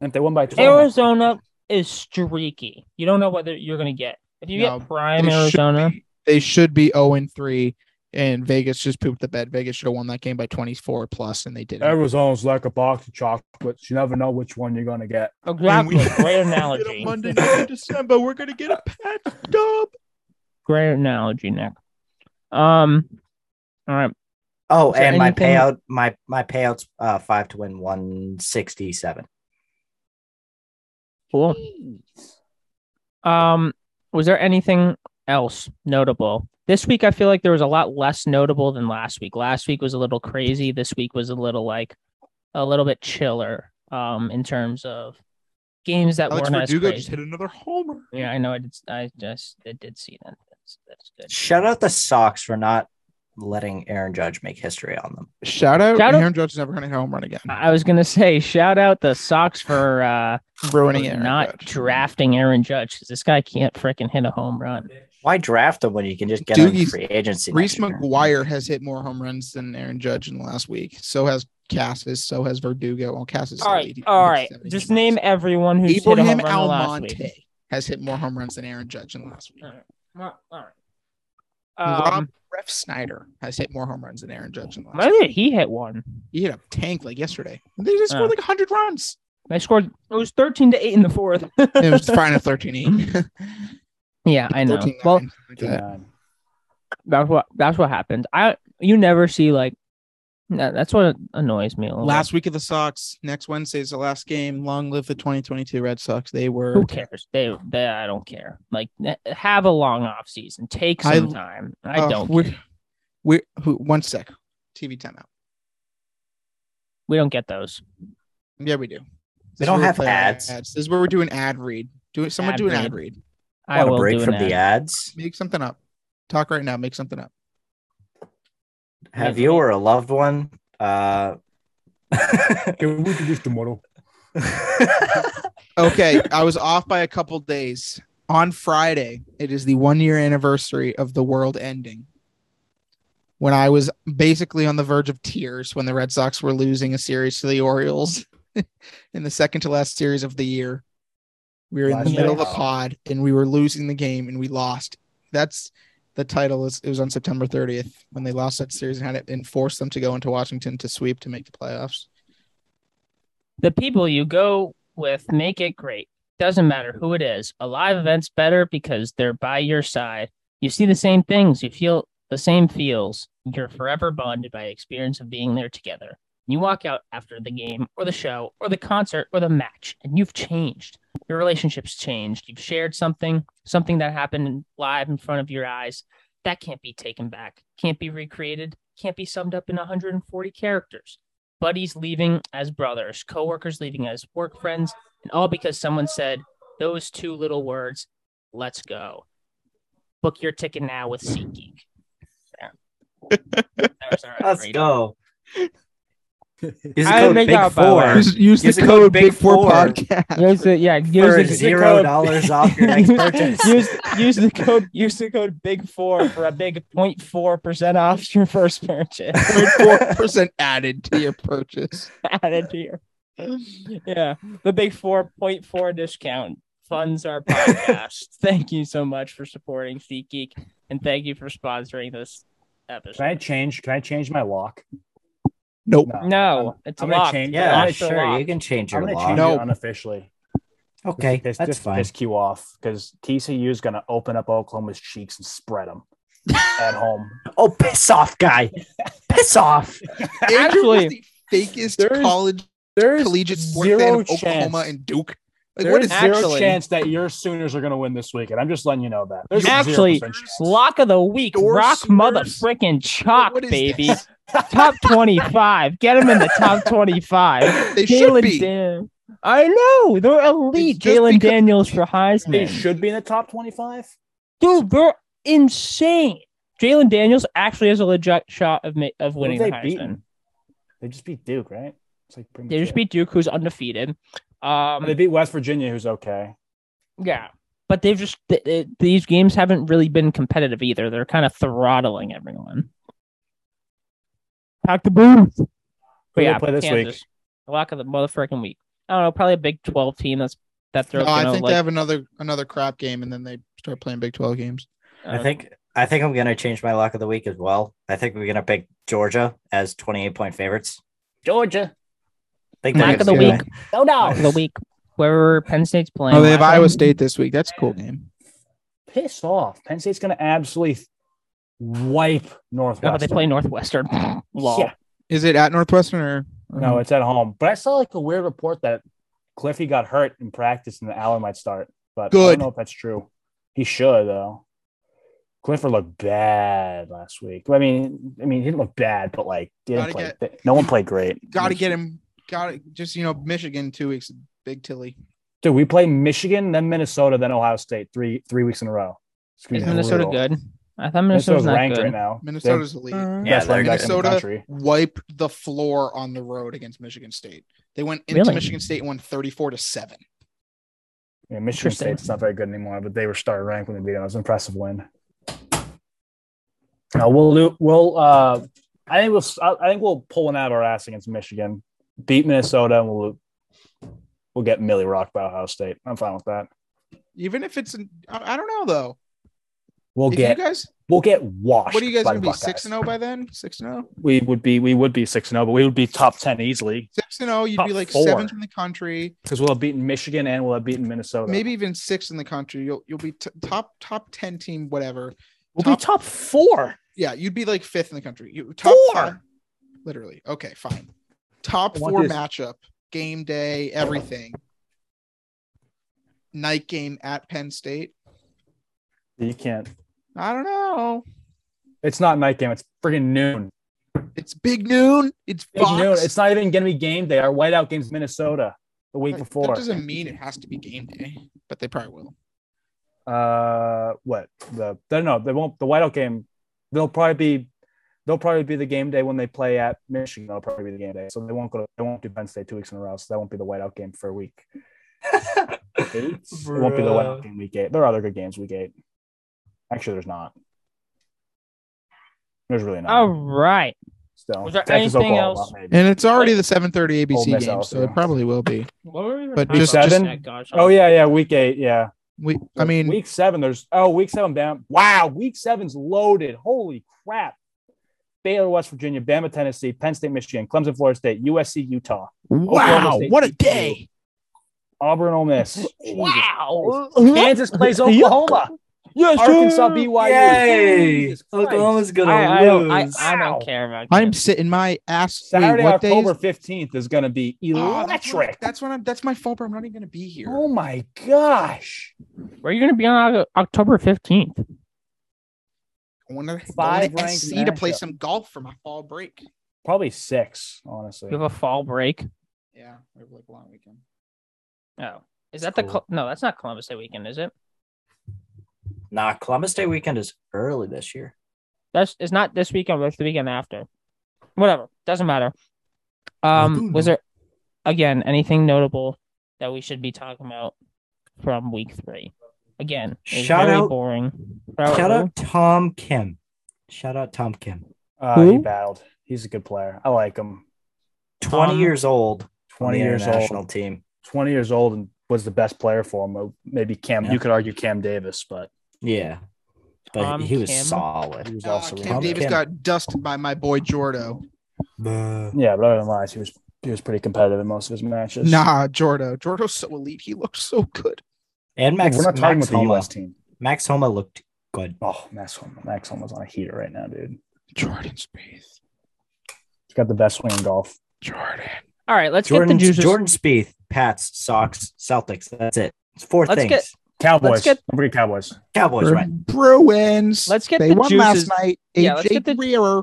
S5: if they won by twelve,
S1: Arizona is streaky. You don't know whether you're going to get. If you
S4: No,
S1: get prime
S4: they should
S1: Arizona,
S4: be- They should be zero and three, and Vegas just pooped the bed. Vegas should have won that game by twenty four plus, and they didn't.
S5: Arizona's like a box of chocolates. You never know which one you're gonna get.
S1: exactly.
S4: And we-
S1: Oh, Great analogy.
S4: night in December, we're gonna get a patch dub.
S1: Great analogy, Nick. Um, all right.
S3: Oh,
S1: Is there
S3: and my
S1: anything-
S3: payout, my my payouts, uh, five to win one sixty seven.
S1: Cool. Um, was there anything else notable this week? I feel like there was a lot less notable than last week. Last week was a little crazy. This week was a little like a little bit chiller. Um, in terms of games that
S4: Alex
S1: weren't as
S4: Verdugo
S1: crazy.
S4: just hit another homer.
S1: Yeah, I know. I did. I just I did see that. That's, that's good.
S3: Shout out the Sox for not letting Aaron Judge make history on them.
S4: Shout out!
S1: Shout out-
S4: Aaron Judge is never gonna hit a home run again.
S1: I I was gonna say, shout out the Sox for uh, for
S4: Ruining it.
S1: not drafting Aaron Judge because this guy can't freaking hit a home run.
S3: Why draft him when you can just get him in
S4: Doogie's-
S3: free agency?
S4: Reese
S3: next year?
S4: McGuire has hit more home runs than Aaron Judge in the last week. So has Cassis. So has Verdugo. Well, Cassis.
S1: All right, all right. Just name everyone who's
S4: Abraham
S1: hit a home run last week.
S4: Almonte has hit more home runs than Aaron Judge in the last week.
S1: All right. All right. Um,
S4: Ref Snyder has hit more home runs than Aaron Judge in the last.
S1: I think he hit one.
S4: He hit a tank like yesterday. They just
S1: Oh.
S4: scored like 100 runs.
S1: They scored. It was thirteen to eight in the fourth.
S4: it was final 13 8.
S1: yeah, I know. Well, that's what that's what happens. I you never see like that, that's what annoys me a little.
S4: last week of the Sox. Next Wednesday is the last game. Long live the 2022 Red Sox. They
S1: bit.
S4: were.
S1: who cares? They, they I don't care. Like n- have a long off season. Take
S4: I-
S1: some time. I
S4: Oh,
S1: don't.
S4: We're, we're, who, one sec. TV timeout.
S1: We don't get those.
S4: Yeah, we do.
S3: We
S4: This
S3: don't
S4: is where
S3: have
S4: play our
S3: ads.
S4: This is where we're doing ad read. Do it. Someone
S1: Ad
S4: do an
S1: read.
S4: ad read.
S1: I
S3: Want
S1: will
S3: a break
S1: do
S3: from
S1: an
S3: the
S1: ad.
S3: ads?
S4: Make something up. Talk right now. Make something up.
S3: Have you or a loved one? Uh,
S5: Can we do this tomorrow?
S4: Okay, I was off by a couple days. On Friday, it is the one year anniversary of the world ending. When I was basically on the verge of tears when the Red Sox were losing a series to the Orioles in the second to last series of the year. We were in the
S3: Last
S4: middle of a
S3: year.
S4: pod and we were losing the game and we lost. That's the title is it was on September 30th when they lost that series and had it and forced them to go into Washington to sweep to make the playoffs.
S1: The people you go with make it great. Doesn't matter who it is. A live event's better because they're by your side. You see the same things. You feel the same feels. You're forever bonded by the experience of being there together. You walk out after the game or the show or the concert or the match, and you've changed. Your relationship's changed. You've shared something, something that happened live in front of your eyes. That can't be taken back, can't be recreated, can't be summed up in 140 characters buddies leaving as brothers, coworkers leaving as work friends, and all because someone said those two little words, let's go. Book your ticket now with SeatGeek. There. That was all right,
S3: Let's
S1: Brady.
S3: go. Use
S1: I
S3: code
S1: make
S3: Big
S1: out by
S3: Four
S1: way.
S4: Use, use
S3: Use
S4: the
S3: the
S4: code,
S3: code
S4: Big
S3: Big
S4: Four
S3: Four.
S4: Podcast.
S1: Use the, yeah, use
S3: for
S1: the, use the
S3: zero
S1: code-
S3: dollars off your next purchase.
S1: use, use the code use the code big four for a big 0.4 percent off your first purchase
S4: four percent added to your purchase.
S1: added to your yeah the big 4.4 discount funds our podcast thank you so much for supporting SeatGeek and thank you for sponsoring this
S5: Can I
S1: episode
S5: change? Can I change my lock?
S4: Nope.
S1: no it's
S5: I'm gonna
S1: locked
S5: change-
S1: Lock
S3: yeah,
S1: the
S5: sure,
S3: sure.
S1: lock.
S3: You can change
S5: I'm
S3: your
S5: gonna
S3: lock.
S5: change
S4: No.
S5: it unofficially.
S3: Okay,
S5: Piss-
S3: that's
S5: piss-
S3: fine.
S5: Piss Q off because TCU is gonna open up Oklahoma's cheeks and spread them at home.
S3: Oh, piss off, guy. piss off.
S4: Andrew was
S1: Actually,
S4: the fakest
S5: there is-
S4: college
S5: There
S4: collegiate sport fan of Oklahoma and Duke. Like
S5: There
S4: what
S5: is
S4: is
S5: zero
S1: actually-
S5: chance that your Sooners are going to win this weekend. I'm just letting you know that. There's a
S1: Actually,
S5: 0% chance.
S1: lock of the week
S4: Door
S1: rock
S4: sewers.
S1: mother freaking chalk
S4: What is
S1: baby
S4: this?
S1: top 25 get them in the top 25
S4: They
S1: Jalen
S4: should be.
S1: Dan- I know they're elite
S4: It's just
S1: Jalen
S4: because-
S1: Daniels for
S5: they
S1: Heisman
S5: should be in the top 25.
S1: dude, they're insane. Jalen Daniels actually has a legit shot of ma- of
S5: Who have
S1: winning
S5: they
S1: the Heisman.
S5: beaten? They just beat Duke, right? It's like pretty
S1: They
S5: much
S1: just
S5: it.
S1: beat Duke, who's undefeated.
S5: And they
S1: Um,
S5: beat West Virginia, who's okay.
S1: yeah, but they've just th- th- these games haven't really been competitive either. They're kind of throttling everyone. Pack the booth.
S5: Who
S1: But
S5: do
S1: yeah,
S5: they play this
S1: Kansas. The lock of the motherfucking week. I don't know, probably a Big Twelve team that's that they're
S4: No, I
S1: gonna,
S4: think
S1: like.
S4: they have another another crap game, and then they start playing Big Twelve games.
S3: I
S1: uh,
S3: think I think I'm gonna change my lock of the week as well. I think we're gonna pick Georgia as 28 point favorites.
S1: Georgia.
S3: I think
S1: Lock
S3: they're
S1: of the
S3: gonna
S1: week.
S3: do that.
S1: No, no. The week wherever Penn State's playing.
S4: Oh, they have
S1: Lock of-
S4: Iowa State this week. That's a cool game.
S5: Piss off. Penn State's going to absolutely wipe
S1: No,
S5: Northwestern.
S1: but they play Northwestern. Lol.
S5: Yeah.
S4: Is it at Northwestern or Mm-hmm.
S5: No, it's at home. But I saw like a weird report that Cliffy got hurt in practice and the Aller might start. But I
S4: Good.
S5: don't know if that's true. He should though. Clifford looked bad last week. I mean, I mean, he didn't look bad, but like, he didn't
S4: Gotta
S5: play. no one played great.
S4: Got to get him. Got to just you know Michigan two weeks. Big Tilly.
S5: Dude, we play Michigan, then Minnesota, then Ohio State three three weeks in a row. It's gonna
S1: Is
S5: be
S1: Minnesota
S5: brutal.
S1: good? I thought Minnesota's
S5: Minnesota's
S1: not
S5: ranked
S1: good.
S5: right now.
S4: Minnesota's elite.
S5: They're
S3: Yeah,
S5: best
S3: they're
S5: running back in the
S4: Minnesota-
S5: country.
S4: Wiped the floor on the road against Michigan State. They went into
S1: Really?
S4: Michigan State and won thirty four to seven.
S5: Yeah, Michigan
S1: Interesting.
S5: State's not very good anymore, but they were star ranked when they beat them. It was an impressive win. No, we'll do. We'll. Uh, I think we'll. I I think we'll pull one out of our ass against Michigan, beat Minnesota, and we'll. We'll get Millie Rock by Ohio State. I'm fine with that.
S4: Even if it's, an, I I don't know though.
S5: We'll
S4: if
S5: get
S4: you guys,
S5: we'll get washed.
S4: what are you guys
S5: by
S4: gonna
S5: the
S4: be
S5: Buckeyes.
S4: six and oh? zero by then? Six and oh? zero,
S5: We would be we would be six and zero, but we would be top ten easily
S4: six and zero. You'd
S5: Top
S4: be like
S5: four.
S4: seventh in the country,
S5: because we'll have beaten Michigan and we'll have beaten Minnesota.
S4: maybe even sixth in the country. You'll you'll be t- top top ten team, whatever.
S5: we'll
S4: top-
S5: be top four.
S4: Yeah, you'd be like fifth in the country. You top
S5: Four.
S4: five- literally. Okay, fine. Top
S5: I want
S4: four
S5: this.
S4: matchup, game day, everything. Night game at Penn State.
S5: You can't.
S4: I don't know.
S5: It's not night game. It's friggin' noon.
S4: It's big noon. It's
S5: Big
S4: Fox.
S5: noon. It's not even gonna be game day. Our whiteout game's Minnesota the week
S4: That-
S5: before.
S4: That doesn't mean it has to be game day, but they probably will.
S5: uh what the no no they won't the whiteout game they'll probably be they'll probably be the game day when they play at michigan they'll probably be the game day so they won't go to, they won't do penn state two weeks in a row so that won't be the whiteout game for week eight it won't be the
S3: Bruh.
S5: whiteout game week eight there are other good games week eight actually there's not there's really not
S1: All right.
S5: so
S1: Oh, Was there
S5: Texas,
S1: anything
S5: Oklahoma,
S1: else?
S5: maybe.
S4: And it's already the 7:30
S5: Ole
S4: ABC
S5: Miss
S4: game, so
S5: also.
S4: it probably will be.
S1: What were we even
S4: But
S1: talking
S4: just-
S1: about?
S5: Seven?
S1: Oh, gosh.
S5: oh yeah yeah week eight yeah
S4: We, I mean,
S5: week seven. There's oh, week seven. Bam! Wow, week seven's loaded. Holy crap! Baylor, West Virginia, Bama, Tennessee, Penn State, Michigan, Clemson, Florida State, USC, Utah, Oklahoma
S4: wow,
S5: State
S4: what a
S5: beat you.
S4: day!
S5: Auburn, Ole Miss,
S1: Wow.
S5: Kansas plays Oklahoma,
S1: Yes,
S5: Arkansas, BYU.
S3: Yay!
S5: Jesus Christ.
S3: Oklahoma's gonna
S1: I, I, don't, I,
S3: lose.
S1: I
S5: Wow.
S1: don't care about
S4: I'm
S1: Kansas.
S4: sitting my ass. Wait,
S5: Saturday,
S4: what day is-
S5: October fifteenth is going to be
S4: Oh, that's when-
S5: electric.
S4: that's when I'm. That's my fault, bro. I'm not even gonna be here.
S5: oh my gosh!
S1: Where are you going to be on Oc- October 15th?
S4: I want to
S5: Five ranked
S4: SC to play
S5: matchup.
S4: some golf for my fall break.
S5: Probably six, honestly.
S1: You have a fall break.
S4: Yeah, we have like a long weekend.
S1: Oh, is that the
S3: Cool.
S1: Col- no? That's not Columbus Day weekend, is it?
S3: Nah, Columbus Day weekend is early this year.
S1: That's it's not this weekend. but It's the weekend after. Whatever, doesn't matter. Um,
S4: don't
S1: was there again anything notable that we should be talking about from week three? Again, it's
S3: Shout
S1: very
S3: out-
S1: boring.
S3: Shout out Tom Kim. Shout out Tom Kim.
S5: Uh, he
S1: Who?
S5: battled. He's a good player. I like him.
S3: Twenty
S1: Tom-
S3: years old. on
S5: Twenty
S3: the
S5: years old.
S3: international team.
S5: 20 years old and was the best player for him. uh, Maybe Cam,
S3: Yeah.
S5: you could argue Cam Davis, but
S3: Yeah, but
S1: Tom
S3: he was
S1: Kim.
S5: he
S3: solid.
S5: was also
S4: Ah, Cam
S5: really
S4: Davis
S5: good.
S4: got dusted by my boy Jordo.
S5: yeah, but other than that, he was he was pretty competitive in most of his matches.
S4: Nah, Jordo. Jordo's so elite. He looks so good.
S3: And Max,
S5: we're not talking
S3: Max
S5: about the
S3: Homa.
S5: U.S. team.
S3: Max Homa looked good.
S5: Oh, Max Homa, Max Homa's on a heater right now, dude.
S4: Jordan Space.
S5: He's got the best swing in golf.
S4: Jordan.
S1: All right, let's
S3: Jordan,
S1: get the juices.
S3: Jordan Spieth, Pats, Sox, Celtics. That's it. It's 4
S1: Let's
S3: things.
S1: get-
S5: Cowboys.
S1: Let's get-
S5: Don't forget Cowboys.
S3: Cowboys, right?
S4: Bruins.
S1: Let's get
S4: they
S1: the
S4: won
S1: juices-
S4: last night. AJ
S1: Yeah, let's get the-
S4: Greer.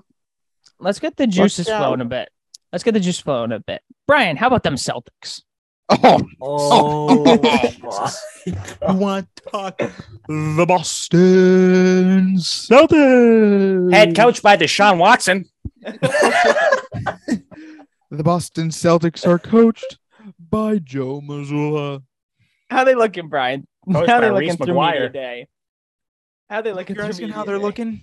S1: Let's get the juices
S4: out.
S1: flowing a bit. Let's get the juice flowing a bit. Brian, how about them Celtics?
S4: Oh,
S3: Oh,
S4: you want to talk the Boston Celtics?
S5: coach by Deshaun Watson.
S4: The Boston Celtics are coached by Joe Mazzulla.
S1: How they looking, Brian?
S5: Coached
S1: how
S5: by
S1: they
S5: Reese
S1: looking through media
S5: McGuire.
S1: day? How they looking?
S4: You're
S1: through
S4: asking how
S1: media
S4: they're
S1: day?
S4: looking?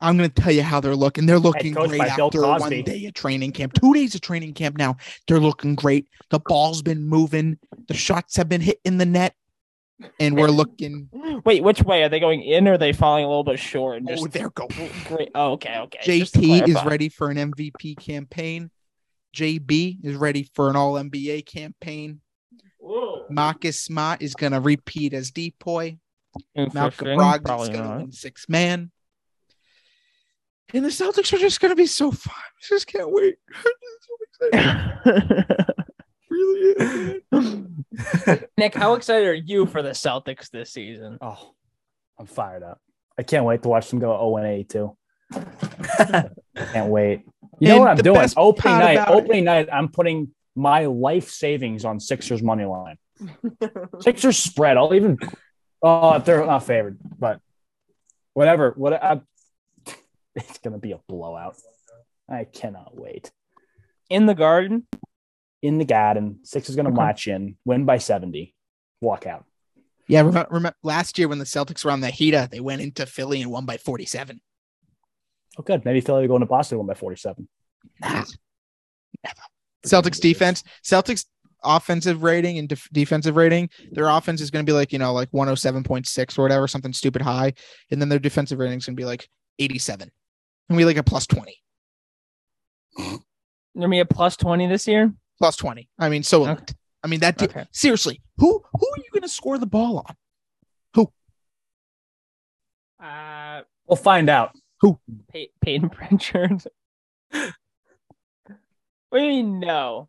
S4: I'm going to tell you how they're looking. They're looking
S5: coached
S4: great
S5: by Bill
S4: after
S5: Cosby.
S4: one day of training camp, two days of training camp now. They're looking great. The ball's been moving, the shots have been hitting the net, and we're looking.
S1: Wait, which way are they going in? or Are they falling a little bit short? And just
S4: Oh, they're going.
S1: great. Oh, okay, okay. Just to
S4: JT is
S1: clarify.
S4: ready for an MVP campaign. JB is ready for an All NBA campaign.
S1: Whoa.
S4: Marcus Smart is going to repeat as decoy. Malcolm
S1: Interesting.
S4: Brogdon's
S1: Probably
S4: going to
S1: not.
S4: win six man. And the Celtics are just going to be so fun. I just can't wait. really is. man.
S1: Nick, how excited are you for the Celtics this season?
S5: Oh, I'm fired up. I can't wait to watch them go 0 82. Can't wait. You know
S4: And
S5: what I'm
S4: the
S5: doing?
S4: best
S5: Opening
S4: part
S5: night,
S4: about it-
S5: opening night, I'm putting my life savings on Sixers money line. Sixers spread. I'll even oh if they're not favored, but whatever. What I, it's gonna be a blowout. I cannot wait.
S1: In the garden?
S5: In the garden, Sixers gonna
S1: Okay.
S5: watch in, win by 70, walk out.
S4: Yeah, remember, last year when the Celtics were on the heater, they went into Philly and won by 47.
S5: Oh good. Maybe Philly going to Boston one by 47.
S4: Nah. Celtics defense. Celtics offensive rating and def- defensive rating. Their offense is going to be like you know like 107.6 or whatever, something stupid high, and then their defensive rating is going to be like 87, and we like a plus 20,
S1: They're gonna be a plus twenty this year.
S4: plus 20. I mean, so
S1: Okay.
S4: elite. I mean that. de-
S1: Okay.
S4: Seriously, who who are you going to score the ball on?
S1: Uh,
S5: We'll find out.
S1: Pey- Peyton Pritchard. what do you mean no?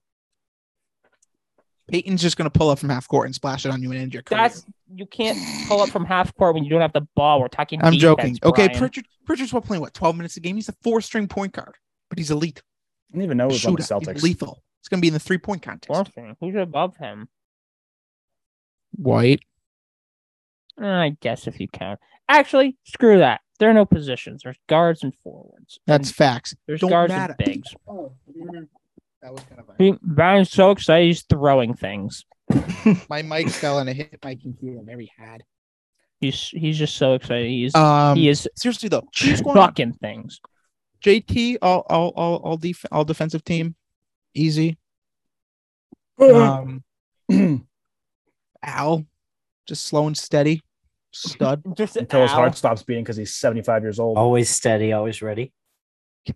S4: Peyton's just going to pull up from half court and splash it on you and end your career.
S1: That's you can't pull up from half court when you don't have the ball. We're talking.
S4: I'm
S1: defense,
S4: joking. Okay,
S1: Brian.
S4: Pritchard. Pritchard's what playing what 12 minutes a game. He's a four string point guard, but he's elite.
S5: I didn't even know it was on the
S4: Shooter. He's
S5: Celtics.
S4: lethal. It's going to be in the three point contest.
S1: Orphan. Who's above him?
S4: White.
S1: Uh, I guess if you count. Actually, screw that. There are no positions. There's guards and forwards.
S4: That's
S1: And
S4: facts.
S1: there's
S4: don't
S1: guards
S4: matter.
S1: and bigs.
S4: That was kind of
S1: See, Brian's so excited he's throwing things.
S4: my mic fell and it hit my computer very hard.
S1: He's he's just so excited. He's
S4: Um,
S1: he is
S4: seriously though, who's going on?
S1: fucking things.
S4: JT all all all all, def- all defensive team, easy. Um, Al, just slow and steady, stud.
S1: Just
S5: Until his
S1: ow.
S5: heart stops beating because he's 75 years old.
S3: Always steady, always ready.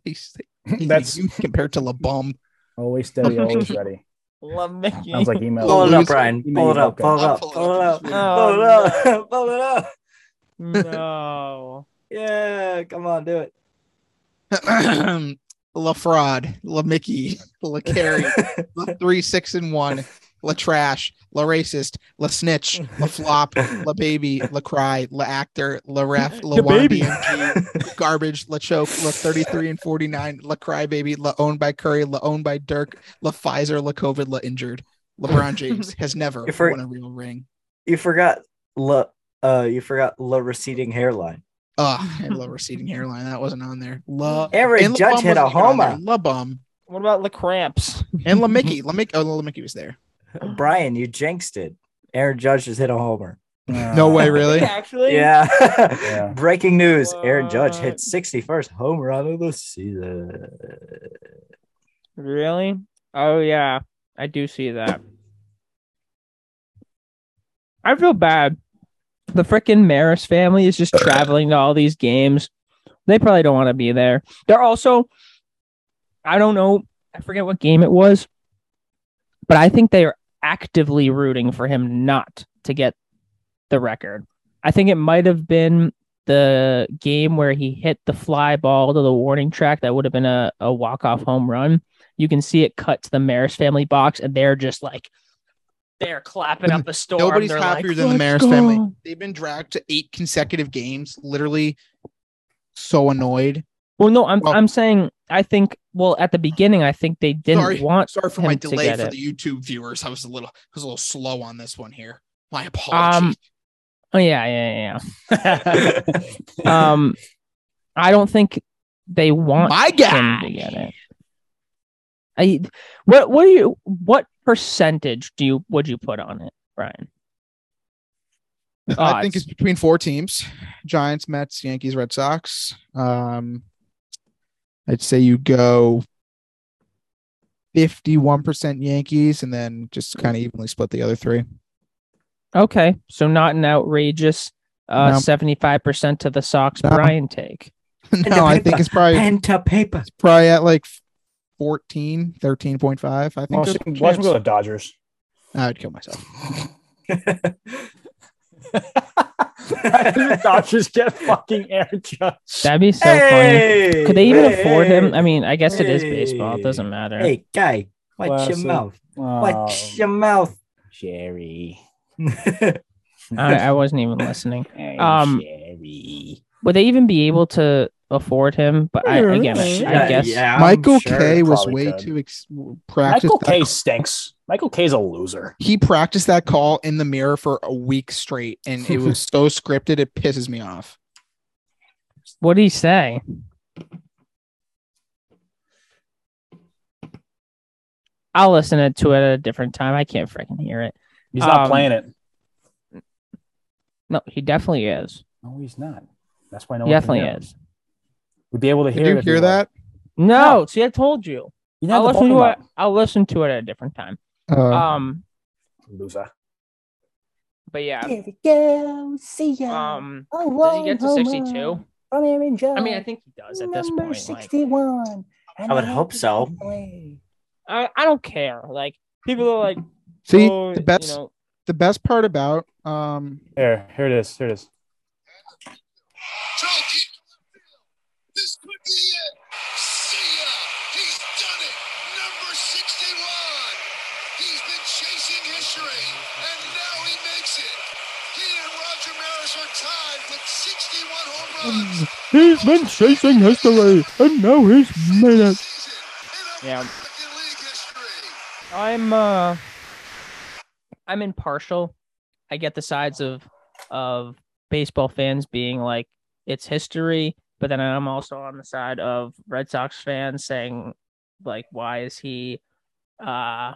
S4: He's- he's
S5: That's
S4: youth compared to LeBum.
S5: always steady, always ready.
S1: Love Mickey.
S5: Sounds like email.
S4: Oh,
S3: Pull it
S4: Lose-
S3: up, Brian.
S5: you
S3: Pull
S5: mean
S3: it up.
S5: okay.
S3: Pull it up.
S4: I'll pull
S3: Pull it
S4: it up.
S3: up. Pull it
S1: Oh,
S3: up. Pull it up.
S1: no.
S3: Yeah, come on, do it.
S4: LaFraud, LaMickey, LaCarry, three six and one, La Trash, La Racist, La Snitch, La Flop, La Baby, La Cry, La Actor, La Ref, La
S1: The baby.
S4: YBMG, Garbage, La Choke, La 33 and 49, La Cry Baby, La Owned by Curry, La Owned by Dirk, La Pfizer, La COVID, La Injured. LeBron James has never
S3: You for-
S4: won a real ring.
S3: You forgot la uh you forgot la receding hairline.
S4: Ugh, and La Receding Hairline. That wasn't on there. La
S3: Aaron
S4: and La
S3: Judge
S4: Bum
S3: hit a
S4: wasn't even on there.
S3: homer.
S4: La Bum.
S1: What about the cramps?
S4: And La Mickey. La Mickey. Oh, La Mickey was there.
S3: Brian, you jinxed it. Aaron Judge just hit a homer.
S4: No way, Oh, really.
S1: Actually,
S3: Yeah.
S5: Yeah.
S3: Breaking news. Aaron Judge hit
S1: What?
S3: 61st home run of the season.
S1: Really? Oh yeah, I do see that. I feel bad. The frickin' Maris family is just traveling to all these games. They probably don't want to be there. They're also, I don't know, I forget what game it was, but I think they are actively rooting for him not to get the record. I think it might have been the game where he hit the fly ball to the warning track that would have been a, a walk-off home run you can see it cut to the Maris family box, and they're just like they're clapping up a storm.
S4: Nobody's
S1: They're
S4: happier
S1: like,
S4: than the
S1: "Let's
S4: Maris
S1: go."
S4: family. They've been dragged to eight consecutive games. Literally, so annoyed.
S1: Well, no, I'm
S4: Well-
S1: I'm saying I think well at the beginning I think they didn't
S4: Sorry.
S1: want
S4: Sorry for
S1: him
S4: my
S1: to
S4: delay
S1: get
S4: for
S1: it.
S4: the YouTube viewers. I was a little, I was a little slow on this one here. My apologies.
S1: Oh yeah, yeah,
S5: Wow.
S1: yeah. um, I don't think they want
S4: my
S1: him to
S4: guy.
S1: get it. I what what do you what percentage do you would you put on it, Brian?
S4: I think
S1: Odds.
S4: it's between four teams: Giants, Mets, Yankees, Red Sox. Um, I'd say you go fifty-one percent Yankees, and then just kind of evenly split the other three.
S1: Okay, so not an outrageous uh
S4: No.
S1: seventy-five percent to the Sox
S4: No.
S1: Brian take.
S4: no, I think it's probably
S3: Pen to paper.
S4: It's probably at like 14, 13.5. I think
S5: Watch
S4: there's a
S5: him watch him
S4: chance.
S5: go to the Dodgers.
S4: I'd kill myself.
S5: the Dodgers get fucking Aaron Judge.
S1: That'd be so funny. Could they even afford him? I mean, I guess it is baseball. It
S3: Hey.
S1: doesn't matter.
S3: Hey guy, watch your
S5: Classic.
S3: mouth. Watch
S5: Oh,
S3: your mouth.
S5: Jerry.
S1: I, I wasn't even listening.
S5: Hey,
S1: Um,
S5: Jerry.
S1: Would they even be able to afford him? But I, again, I, I
S5: Yeah,
S1: guess
S3: yeah, I'm
S4: Michael
S3: sure.
S4: K was
S5: probably
S4: way
S5: could.
S4: too ex- practiced.
S5: Michael
S4: that
S5: K
S4: call-
S5: stinks. Michael K's a loser.
S4: He practiced that call in the mirror for a week straight, and it was so scripted. It pisses me off.
S1: What did he say? I'll listen it to it at a different time. I can't freaking hear it.
S5: He's not
S1: Um,
S5: playing it.
S1: No, he definitely is.
S5: No, he's not. That's why no
S1: he
S5: one can
S1: definitely
S5: hear him.
S1: is.
S5: We'd be able to hear
S4: Did you
S5: it if
S4: hear
S5: we were-
S4: that?
S1: No, see, I told you.
S5: You
S1: I'll
S5: know, the
S1: listen to
S5: volume
S1: it.
S5: up.
S1: I'll listen to it at a different time.
S4: Uh,
S1: Um,
S5: Loser.
S1: but yeah.
S2: Here we go. See ya.
S1: Um,
S2: oh,
S1: does he get to sixty-two?
S2: From Aaron Jones.
S1: I mean, I think he does at this
S2: Number
S1: point. Like,
S2: 61. and
S3: I would
S2: the
S3: hope
S2: happy
S3: so.
S2: family.
S1: I, I don't care. Like, people are like,
S4: see
S1: oh,
S4: the best
S1: You know,
S4: the best part about um
S5: Here, here it is. Here it is.
S6: Choke it. This could be it. See ya. He's done it. Number 61. He's been chasing history, and now he makes it. He and Roger Maris are tied with 61 home runs.
S4: he's been chasing history and now he's made it
S6: Season in
S1: Yeah.
S6: American League history.
S1: I'm uh I'm impartial. I get the sides of of baseball fans being like it's history, but then I'm also on the side of Red Sox fans saying like why is he uh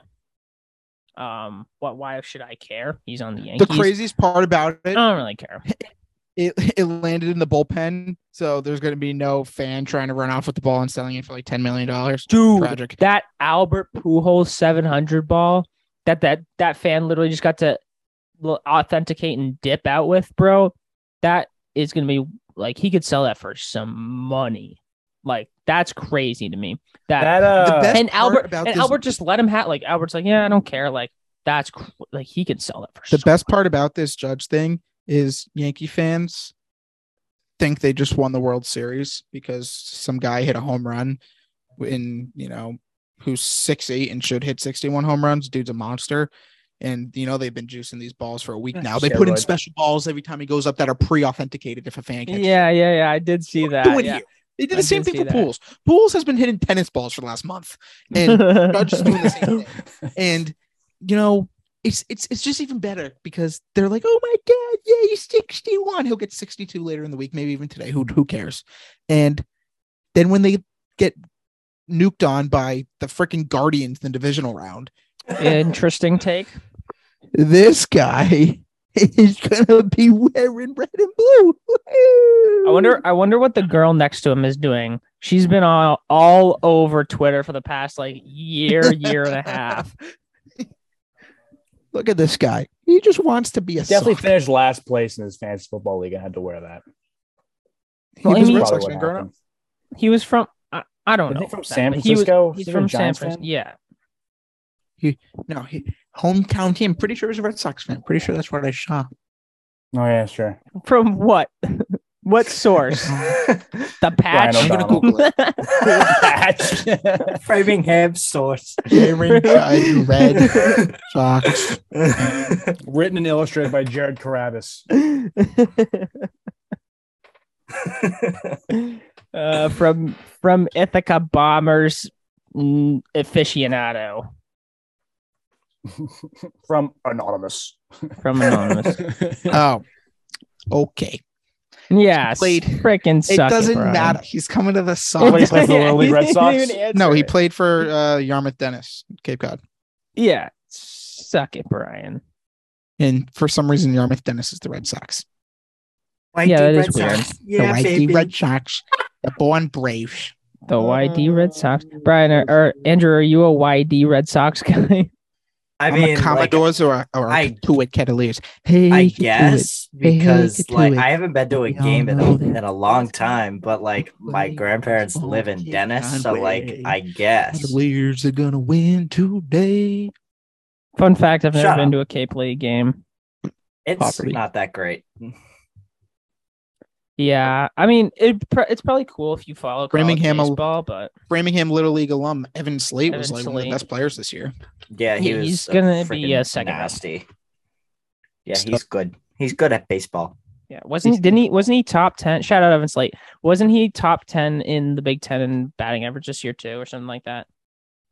S1: um what why should I care? He's on the
S4: the
S1: Yankees.
S4: craziest part about
S1: I
S4: it
S1: don't really care.
S4: it, it landed in the bullpen so there's going to be no fan trying to run off with the ball and selling it for like 10 million dollars
S1: Dude,
S4: tragic
S1: that Albert Pujols 700 ball that that that fan literally just got to l- authenticate and dip out with, bro. That is gonna be like he could sell that for some money. Like that's crazy to me. That,
S5: That uh,
S4: best-
S1: and
S4: part
S1: Albert
S4: about
S1: and
S4: this-
S1: Albert just let him have like Albert's like yeah I don't care like that's cr- like he could sell that for
S4: the
S1: so
S4: best part about this judge thing is Yankee fans think they just won the World Series because some guy hit a home run in, you know, who's six eight and should hit 61 home runs. Dude's a monster. And you know, they've been juicing these balls for a week now. They put in
S5: Steroid.
S4: special balls every time he goes up that are pre-authenticated if a fan catches
S1: yeah yeah yeah I did see
S4: it.
S1: that
S4: Do it
S1: yeah.
S4: here. They did
S1: I
S4: the same
S1: did
S4: thing
S1: see
S4: for
S1: that.
S4: Pools. Pools has been hitting tennis balls for the last month. And Judge is doing the same thing. and you know it's it's it's just even better because they're like oh my god yeah he's 61 he'll get 62 later in the week maybe even today who who cares and then when they get nuked on by the freaking guardians in the divisional round
S1: interesting take
S4: this guy is gonna be wearing red and blue
S1: I wonder. I wonder what the girl next to him is doing. She's been all all over Twitter for the past like year, year and a half.
S4: look at this guy he just wants to be a
S5: definitely
S4: sock.
S5: finished last place in his fantasy football league. I had to wear that.
S4: He
S1: Well, I
S4: was
S1: mean-
S4: Red
S5: Probably
S4: Sox
S5: what
S4: fan growing up.
S5: happened.
S1: He was from. I, I don't
S5: Isn't
S1: know.
S5: he from
S1: that,
S5: San
S1: but he was-
S5: Francisco?
S1: he's
S5: Isn't he a
S1: from San
S5: Giants fan?
S1: Francisco. Yeah.
S4: No, he, hometown team. Pretty sure it was a Red Sox fan. Pretty sure that's what I saw.
S5: Oh yeah, sure.
S1: From what? what source? The patch.
S5: I'm gonna
S4: Google
S3: Framingham source.
S4: Aaron Red Sox.
S5: Written and illustrated by Jared Carabas.
S1: uh, from from Ithaca Bombers mm, aficionado
S5: from Anonymous.
S1: from anonymous.
S4: Oh, okay.
S1: yeah,
S4: Played-
S1: Freaking
S4: It
S1: suck
S4: doesn't
S1: Brian.
S4: matter. He's coming to the
S5: Oh, wait, he
S4: Sox.
S5: played for the Little League Red Sox?
S1: He didn't even answer
S4: no, he
S1: it.
S4: played for uh, Yarmouth Dennis, Cape Cod,
S1: Yeah, suck it, Brian.
S4: and for some reason, Yarmouth Dennis is the Red Sox.
S1: Yeah, that
S3: that
S1: is
S3: is
S1: weird.
S4: the YD Red Sox, the born Braves.
S1: The YD Red Sox. Brian or, or Andrew, are you a YD Red Sox guy?
S3: I
S4: I
S3: mean,
S4: am a Commodores or, or
S3: I-
S4: a Kuwait Cavaliers. Hey,
S3: like, I
S4: Kuwait.
S3: guess
S4: Hey,
S3: because
S4: get to
S3: like
S4: it.
S3: I haven't been to a
S4: We all
S3: game in a,
S4: know that
S3: in a long time, but like my
S4: Wait,
S3: grandparents
S4: oh,
S3: live in
S4: keep
S3: Dennis,
S4: on
S3: so like
S4: waiting.
S3: I guess.
S4: Cavaliers are gonna win today.
S1: Fun fact: I've never
S3: Shut
S1: been
S3: up.
S1: to a Cape League game.
S3: It's
S4: Property.
S3: not that great.
S1: Yeah, I mean, it pr- it's probably cool if you follow college
S4: Framingham-
S1: baseball, but
S4: Framingham Little League alum Evan Slate was
S1: Evan
S4: like one of
S1: Slate.
S4: the best players this year.
S3: Yeah, he
S1: Yeah,
S3: was
S1: he's gonna be
S3: freaking
S1: a second round.
S3: nasty. Yeah,
S4: So-
S3: he's good. He's good at baseball.
S1: yeah, wasn't didn't he? Wasn't he top ten? Shout out Evan Slate. Wasn't he top ten in the Big Ten in batting average this year too, or something like that?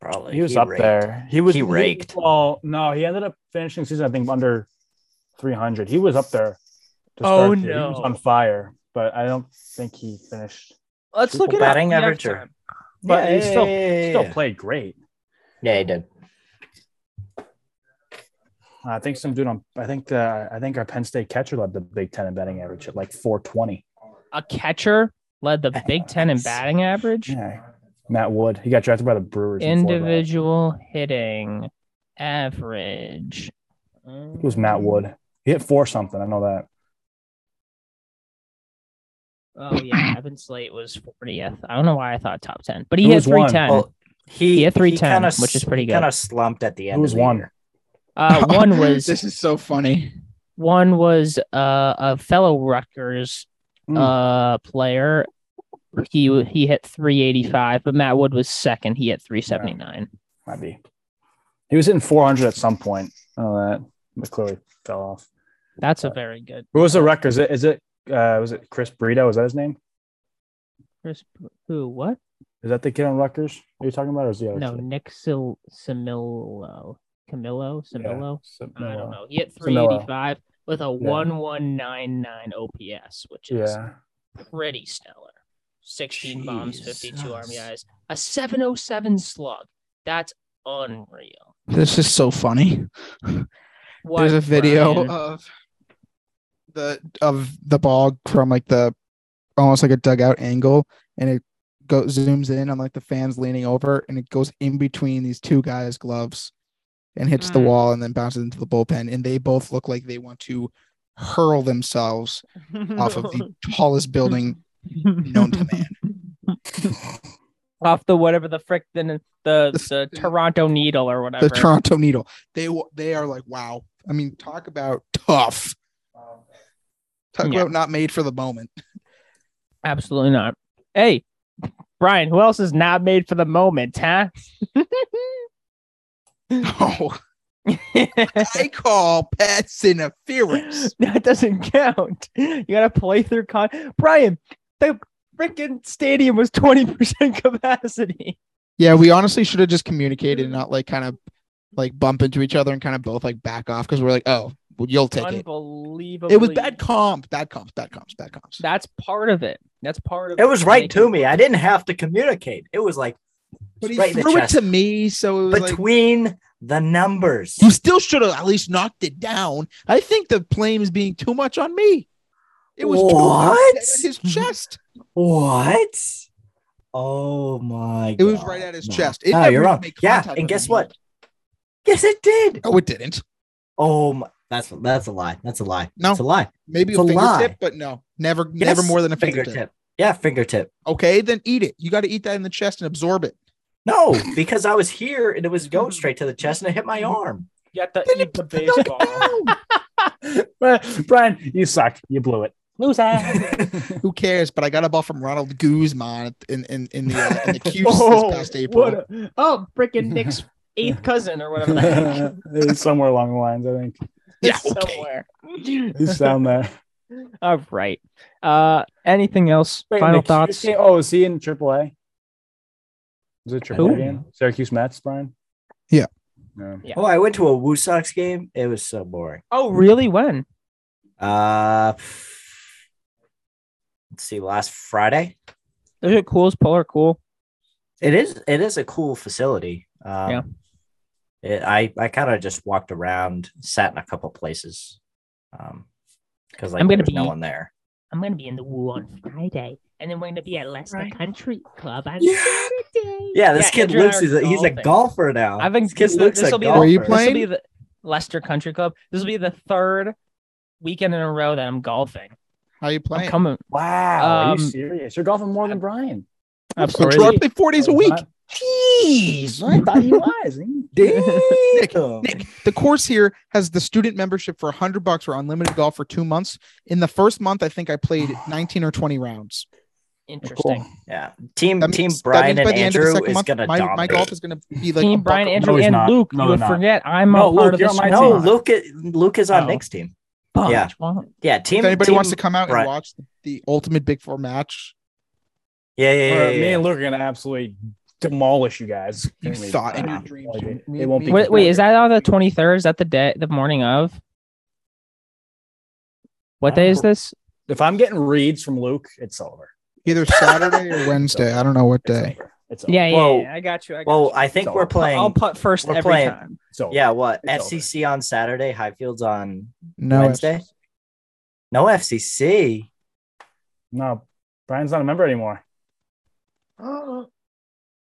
S3: Probably
S5: He was up
S3: raked.
S5: there. He was
S3: He raked.
S5: well, no, he ended up finishing the season I think under 300. He was up there. to
S1: Oh,
S5: the- he was
S1: no.
S5: on fire, but I don't think he finished.
S1: Let's look at
S3: Batting average or-
S5: But
S3: yeah,
S5: he still
S3: yeah,
S5: still
S3: yeah.
S5: played great.
S3: Yeah, he did.
S5: I think some dude on. I think the. I think our Penn State catcher led the Big Ten in batting average at like 420.
S1: A catcher led the Big Ten in batting average.
S5: Yeah. Matt Wood. He got drafted by the Brewers. in Florida.
S1: Individual hitting. average.
S5: It was Matt Wood. He hit four something. I know that.
S1: Oh yeah, Evan Slate was 40th. I don't know why I thought top 10, but he
S5: Who
S1: hit
S5: was one?
S1: 310.
S3: Well, he
S1: He had
S3: three
S1: 310, which is pretty good.
S3: Kind of slumped at the end.
S5: Who was
S3: of the
S5: one?
S3: year.
S1: Uh, one was
S4: this is so funny.
S1: one was uh, a fellow Rutgers
S5: Hmm.
S1: uh, player. He he hit 385, but Matt Wood was second. He hit 379.
S5: Might be. He was hitting 400 at some point. I know that. But clearly fell off.
S1: That's a very good.
S5: Who was the Rutgers? Is it, is it uh, was it Chris Burrito? Is that his name?
S1: Chris, who? What?
S5: Is that the kid on Rutgers? Are you talking about or is the other
S1: No,
S5: kid?
S1: Nick Sil- Simillo, Camillo,
S5: Yeah,
S1: Simillo.
S5: Simillo.
S1: I don't know. He hit
S5: Simillo.
S1: 385 with a 1199 OPS, which is
S5: Yeah.
S1: pretty stellar. 16 bombs, 52 army
S3: Jesus.
S1: eyes, a 707 slug. That's unreal.
S4: This is so funny.
S1: What,
S4: There's a video
S1: Brian?
S4: of the of the ball from like the almost like a dugout angle, and it go zooms in on like the fans leaning over, and it goes in between these two guys' gloves, and hits the
S1: Mm.
S4: wall, and then bounces into the bullpen, and they both look like they want to hurl themselves off of the tallest building known to man.
S1: off the whatever the frick the the, the
S4: The-
S1: Toronto Needle or whatever.
S4: The Toronto Needle. They wa- they are like wow. I mean, talk about tough. Talk
S1: Yeah.
S4: about not made for the moment.
S1: Absolutely not. Hey, Brian, who else is not made for the moment, huh?
S4: Oh, I call pets interference.
S1: that doesn't count. You gotta play through con Brian, the freaking stadium was 20% capacity.
S4: Yeah, we honestly should have just communicated and not like kind of like bump into each other and kind of both like back off because we're like, oh, well, you'll take it.
S1: Unbelievable.
S4: It was bad comp, bad comps, bad comps, bad comps.
S1: That's part of it. That's part of
S3: It was right
S1: making-
S3: to me. I didn't have to communicate. It was like
S4: But he
S3: right in the
S4: threw it
S3: chest.
S4: to me, so it was like
S3: between the numbers.
S4: you still should have at least knocked it down. I think the blame is being too much on me. It was too much
S3: What?
S4: at his chest.
S3: What? Oh my!
S4: It was
S3: God.
S4: right at his
S3: No.
S4: chest. It
S3: No,
S4: never
S3: you're
S4: even
S3: wrong.
S4: made
S3: Yeah,
S4: contact
S3: and
S4: with
S3: guess
S4: me.
S3: what? Yes, it did.
S4: Oh, it didn't.
S3: Oh my! That's that's a lie. That's a lie.
S4: No.
S3: it's a lie.
S4: Maybe
S3: It's
S4: a
S3: a
S4: fingertip,
S3: lie.
S4: but no, never, never
S3: Yes,
S4: more than a
S3: fingertip.
S4: fingertip.
S3: Yeah, fingertip.
S4: Okay, then eat it. You got to eat that in the chest and absorb it.
S3: No, because I was here and it was going straight to the chest and it hit my arm.
S1: You got to
S4: Then
S1: eat
S4: it
S1: the
S4: put the
S1: baseball.
S5: Brian, you suck. You blew it. Lose
S4: Who cares? But I got a ball from Ronald Guzman in in in the uh, in the Cuse
S1: Oh,
S4: this past April.
S1: what a- oh, freaking Nick's eighth cousin or whatever the heck.
S5: It was somewhere along the lines, I think.
S4: yeah,
S1: It's
S4: okay.
S1: somewhere.
S5: You sound there.
S1: All right. Uh, anything else?
S5: Wait,
S1: Final
S5: Nick,
S1: thoughts?
S5: you- Oh, is he in AAA? Is it AAA
S1: Who?
S5: game? Syracuse Mets, Brian?
S4: Yeah.
S5: No.
S1: Yeah.
S3: Oh, I went to a Woo Sox game. It was so boring.
S1: Oh, really? When?
S3: Uh, let's see. Last Friday,
S1: Is it cool's polar cool?
S3: it is. It is a cool facility. Um,
S1: Yeah.
S3: It, I I kind of just walked around, sat in a couple places, um, because like
S1: I'm gonna
S3: there was no
S1: be-
S3: one there.
S1: I'm gonna be in the Woo on Friday, and then we're gonna be at Leicester
S3: Right.
S1: Country Club on
S3: Yeah.
S1: Saturday.
S3: Yeah, this kid
S1: Andrew and I
S3: Luke's
S1: are
S3: is a, he's a
S1: golfing.
S3: golfer now.
S1: I think
S3: this kid
S1: th-
S3: Luke's a
S1: this'll be the-
S3: golfer.
S4: Were you
S1: This will
S4: playing?
S1: be the Leicester Country Club. This will be the third weekend in a row that I'm golfing.
S4: How you
S1: I'm
S4: playing?
S1: coming.
S5: Wow. are
S1: Um,
S5: you serious? You're golfing more than Brian.
S4: I'm
S1: Absolutely.
S4: roughly four days a week.
S5: Jeez. I thought he was.
S3: Damn.
S4: Nick, the course here has the student membership for hundred bucks or unlimited golf for two months. In the first month, I think I played nineteen or twenty rounds.
S1: Interesting.
S3: Yeah, team
S4: That
S3: team
S4: means- that
S3: Brian
S4: means
S3: and
S4: by the end of
S3: Andrew
S4: the second
S3: is
S4: month,
S3: gonna
S4: my,
S3: dominate.
S4: my golf is going to be like a
S1: team Brian,
S4: bucket-
S1: Andrew,
S5: No, he's
S1: and
S5: not.
S1: Luke.
S5: No,
S1: you
S5: they're
S1: would
S5: not.
S1: forget I'm
S5: No,
S1: a part
S5: Luke,
S1: of Oh.
S5: you're
S1: the
S5: on my
S1: squad.
S3: no
S5: team.
S3: Luke. i- Luke is on
S1: Oh.
S3: Nick's team.
S1: Fudge,
S3: Yeah.
S1: well,
S3: Yeah, team.
S4: If anybody
S3: team,
S4: wants to come out
S3: Brian.
S4: and watch the, the Ultimate Big Four match,
S3: Yeah, yeah, yeah.
S5: Or
S3: yeah,
S5: Me
S3: yeah.
S5: and Luke are gonna absolutely demolish you guys.
S4: You
S5: Apparently,
S4: thought in
S5: uh,
S4: your dreams,
S5: like,
S4: you-
S5: it-
S4: me-
S5: it won't
S4: me-
S5: be.
S1: Wait, wait, is
S5: competitive.
S1: that on the 23rd? Is that the day, the morning of? What day is this?
S5: if I'm getting reads from Luke, it's over.
S4: either Saturday or Wednesday. I don't know what
S5: It's
S4: day.
S5: over. It's over.
S1: Yeah, yeah,
S3: Whoa.
S1: yeah, I got you. I got
S3: Well,
S1: you.
S3: I think
S5: So,
S3: we're playing.
S1: I'll putt 1st
S3: we're
S1: every
S3: playing-
S1: time.
S5: It's over.
S3: yeah, what
S5: It's over.
S3: FCC on Saturday, Highfields on
S4: No,
S3: Wednesday. No FCC.
S5: No, Brian's not a member anymore.
S3: Yeah.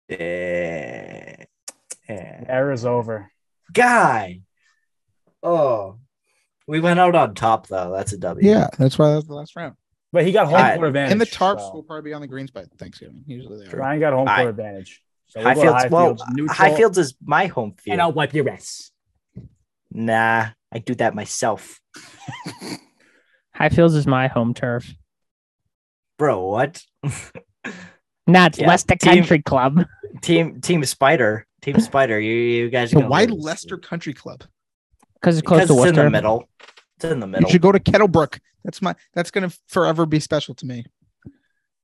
S3: Yeah. Eh,
S5: Era's over.
S3: guy. Oh, we went out on top though. That's a W.
S4: Yeah, that's why that was the last round.
S5: But he got home
S3: Alright.
S5: court advantage.
S4: and the tarps
S5: so.
S4: will probably be on the greens by Thanksgiving. Usually they are.
S5: Ryan got home court
S3: Alright.
S5: advantage. So we'll go to
S3: Highfields. Well,
S5: neutral,
S3: Highfields is my home
S5: and
S3: field.
S5: I'll wipe your ass.
S3: Nah, I do that myself,
S1: Highfields is my home turf,
S3: bro. What?
S1: not
S3: Yeah,
S1: Leicester
S3: team-
S1: Country Club.
S3: team Team Spider. Team Spider. You you guys.
S4: So
S3: are gonna
S4: why
S3: lose.
S4: Leicester Country Club?
S1: Because it's close
S3: Because
S1: to
S3: it's in the
S1: Worcester.
S3: middle. It's in the
S4: You
S3: middle.
S4: should go to Kettlebrook. That's my. That's gonna forever be special to me.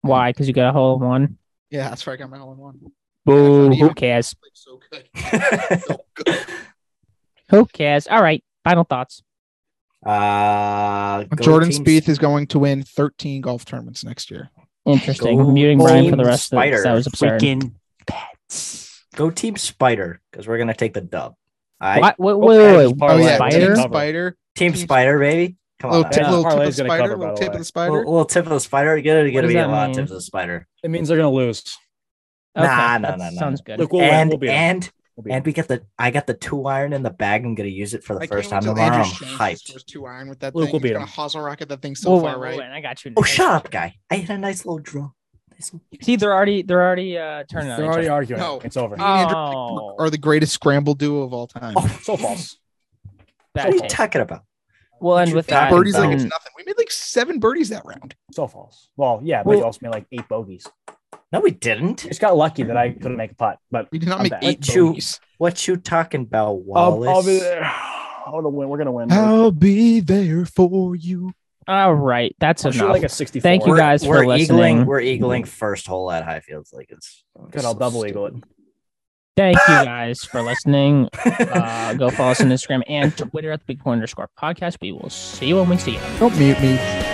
S1: Why? Because you got a hole in one.
S4: Yeah, that's where I got my hole in one.
S1: Boo!
S4: not
S1: Who
S4: even-
S1: cares?
S4: Like, so good.
S1: Who cares? All right. Final thoughts.
S3: uh, go
S4: Jordan
S3: Team
S4: Spieth is going to win 13 golf tournaments next year.
S1: Interesting.
S3: Go
S1: Muting Brian for the
S3: Team
S1: rest of
S3: Spider.
S1: this. That was absurd.
S5: Freaking
S3: Go Team Spider because we're gonna take the dub. I
S1: What? Wait, wait, wait, wait.
S5: Oh,
S4: Oh,
S5: yeah,
S4: yeah,
S1: Spider?
S4: Team
S5: Cover.
S4: Spider.
S3: Team
S4: Team-
S3: Spider, baby. Come on,
S4: Little
S3: man.
S4: tip,
S5: Yeah,
S4: little tip of the
S5: Parlay's gonna
S4: spider.
S5: cover, by
S4: little
S5: the
S4: tip
S5: way.
S4: of the spider.
S3: Little, little tip of the spider. You're gonna, gonna
S1: does
S3: be a
S1: that
S3: lot of
S1: mean?
S3: tips of the spider.
S5: It means they're gonna lose.
S1: Okay,
S3: Nah, no,
S1: that
S3: no, no,
S1: Sounds good.
S5: Look, we'll win.
S3: and
S5: We'll beat 'em.
S3: and
S5: We'll beat 'em.
S3: and we get the I got the two iron in the bag. I'm gonna use it for the
S4: I
S3: first time
S4: can't wait till
S3: tomorrow. I'm
S4: Andrew Strange
S3: hyped.
S4: scores two iron with that
S5: Luke
S4: thing.
S5: will
S4: He's
S5: beat
S4: gonna
S5: him.
S4: hustle rocket that thing so
S1: we'll
S4: far
S1: win,
S4: right.
S1: we'll win. I got you.
S3: Oh, shut up, guy! I hit a nice little draw. Nice little-
S1: See, they're already they're already uh, turning on
S5: They're
S1: each other.
S5: already arguing.
S4: No. Uh,
S5: It's over.
S4: Me and Andrew
S1: Oh.
S4: Are the greatest scramble duo of all time.
S3: Oh,
S5: So false.
S1: Bad
S3: what are you
S1: take.
S3: talking about?
S1: We'll end
S4: Shoot
S1: with
S4: back
S1: that.
S4: birdies
S1: Um,
S4: like it's nothing. We made like seven birdies that round.
S5: So false. Well, yeah, but he
S1: Well-
S5: also made like eight bogeys.
S3: No, we didn't.
S5: Just got lucky that I couldn't make a putt, but
S4: We did not
S5: I'm
S4: make
S5: back.
S4: eight
S3: Two.
S4: bogeys.
S3: What you talking
S1: Um,
S3: about,
S5: I'll,
S3: Wallace?
S5: I'll be there. I'm gonna win. We're gonna win.
S4: I'll be there for you.
S1: all right, that's
S5: I'll shoot
S1: enough.
S5: like a 64.
S1: Thank you
S3: We're-
S1: guys for
S3: we're
S1: listening.
S3: eagling. We're eagling first hole at Highfields. Like it's
S5: Good, I'll double eagle it.
S1: Thank you guys for listening. Uh,
S5: Um,
S3: it.
S1: go follow us on Instagram and Twitter at the Big Point underscore podcast. We will see you when we see you.
S4: Don't mute me.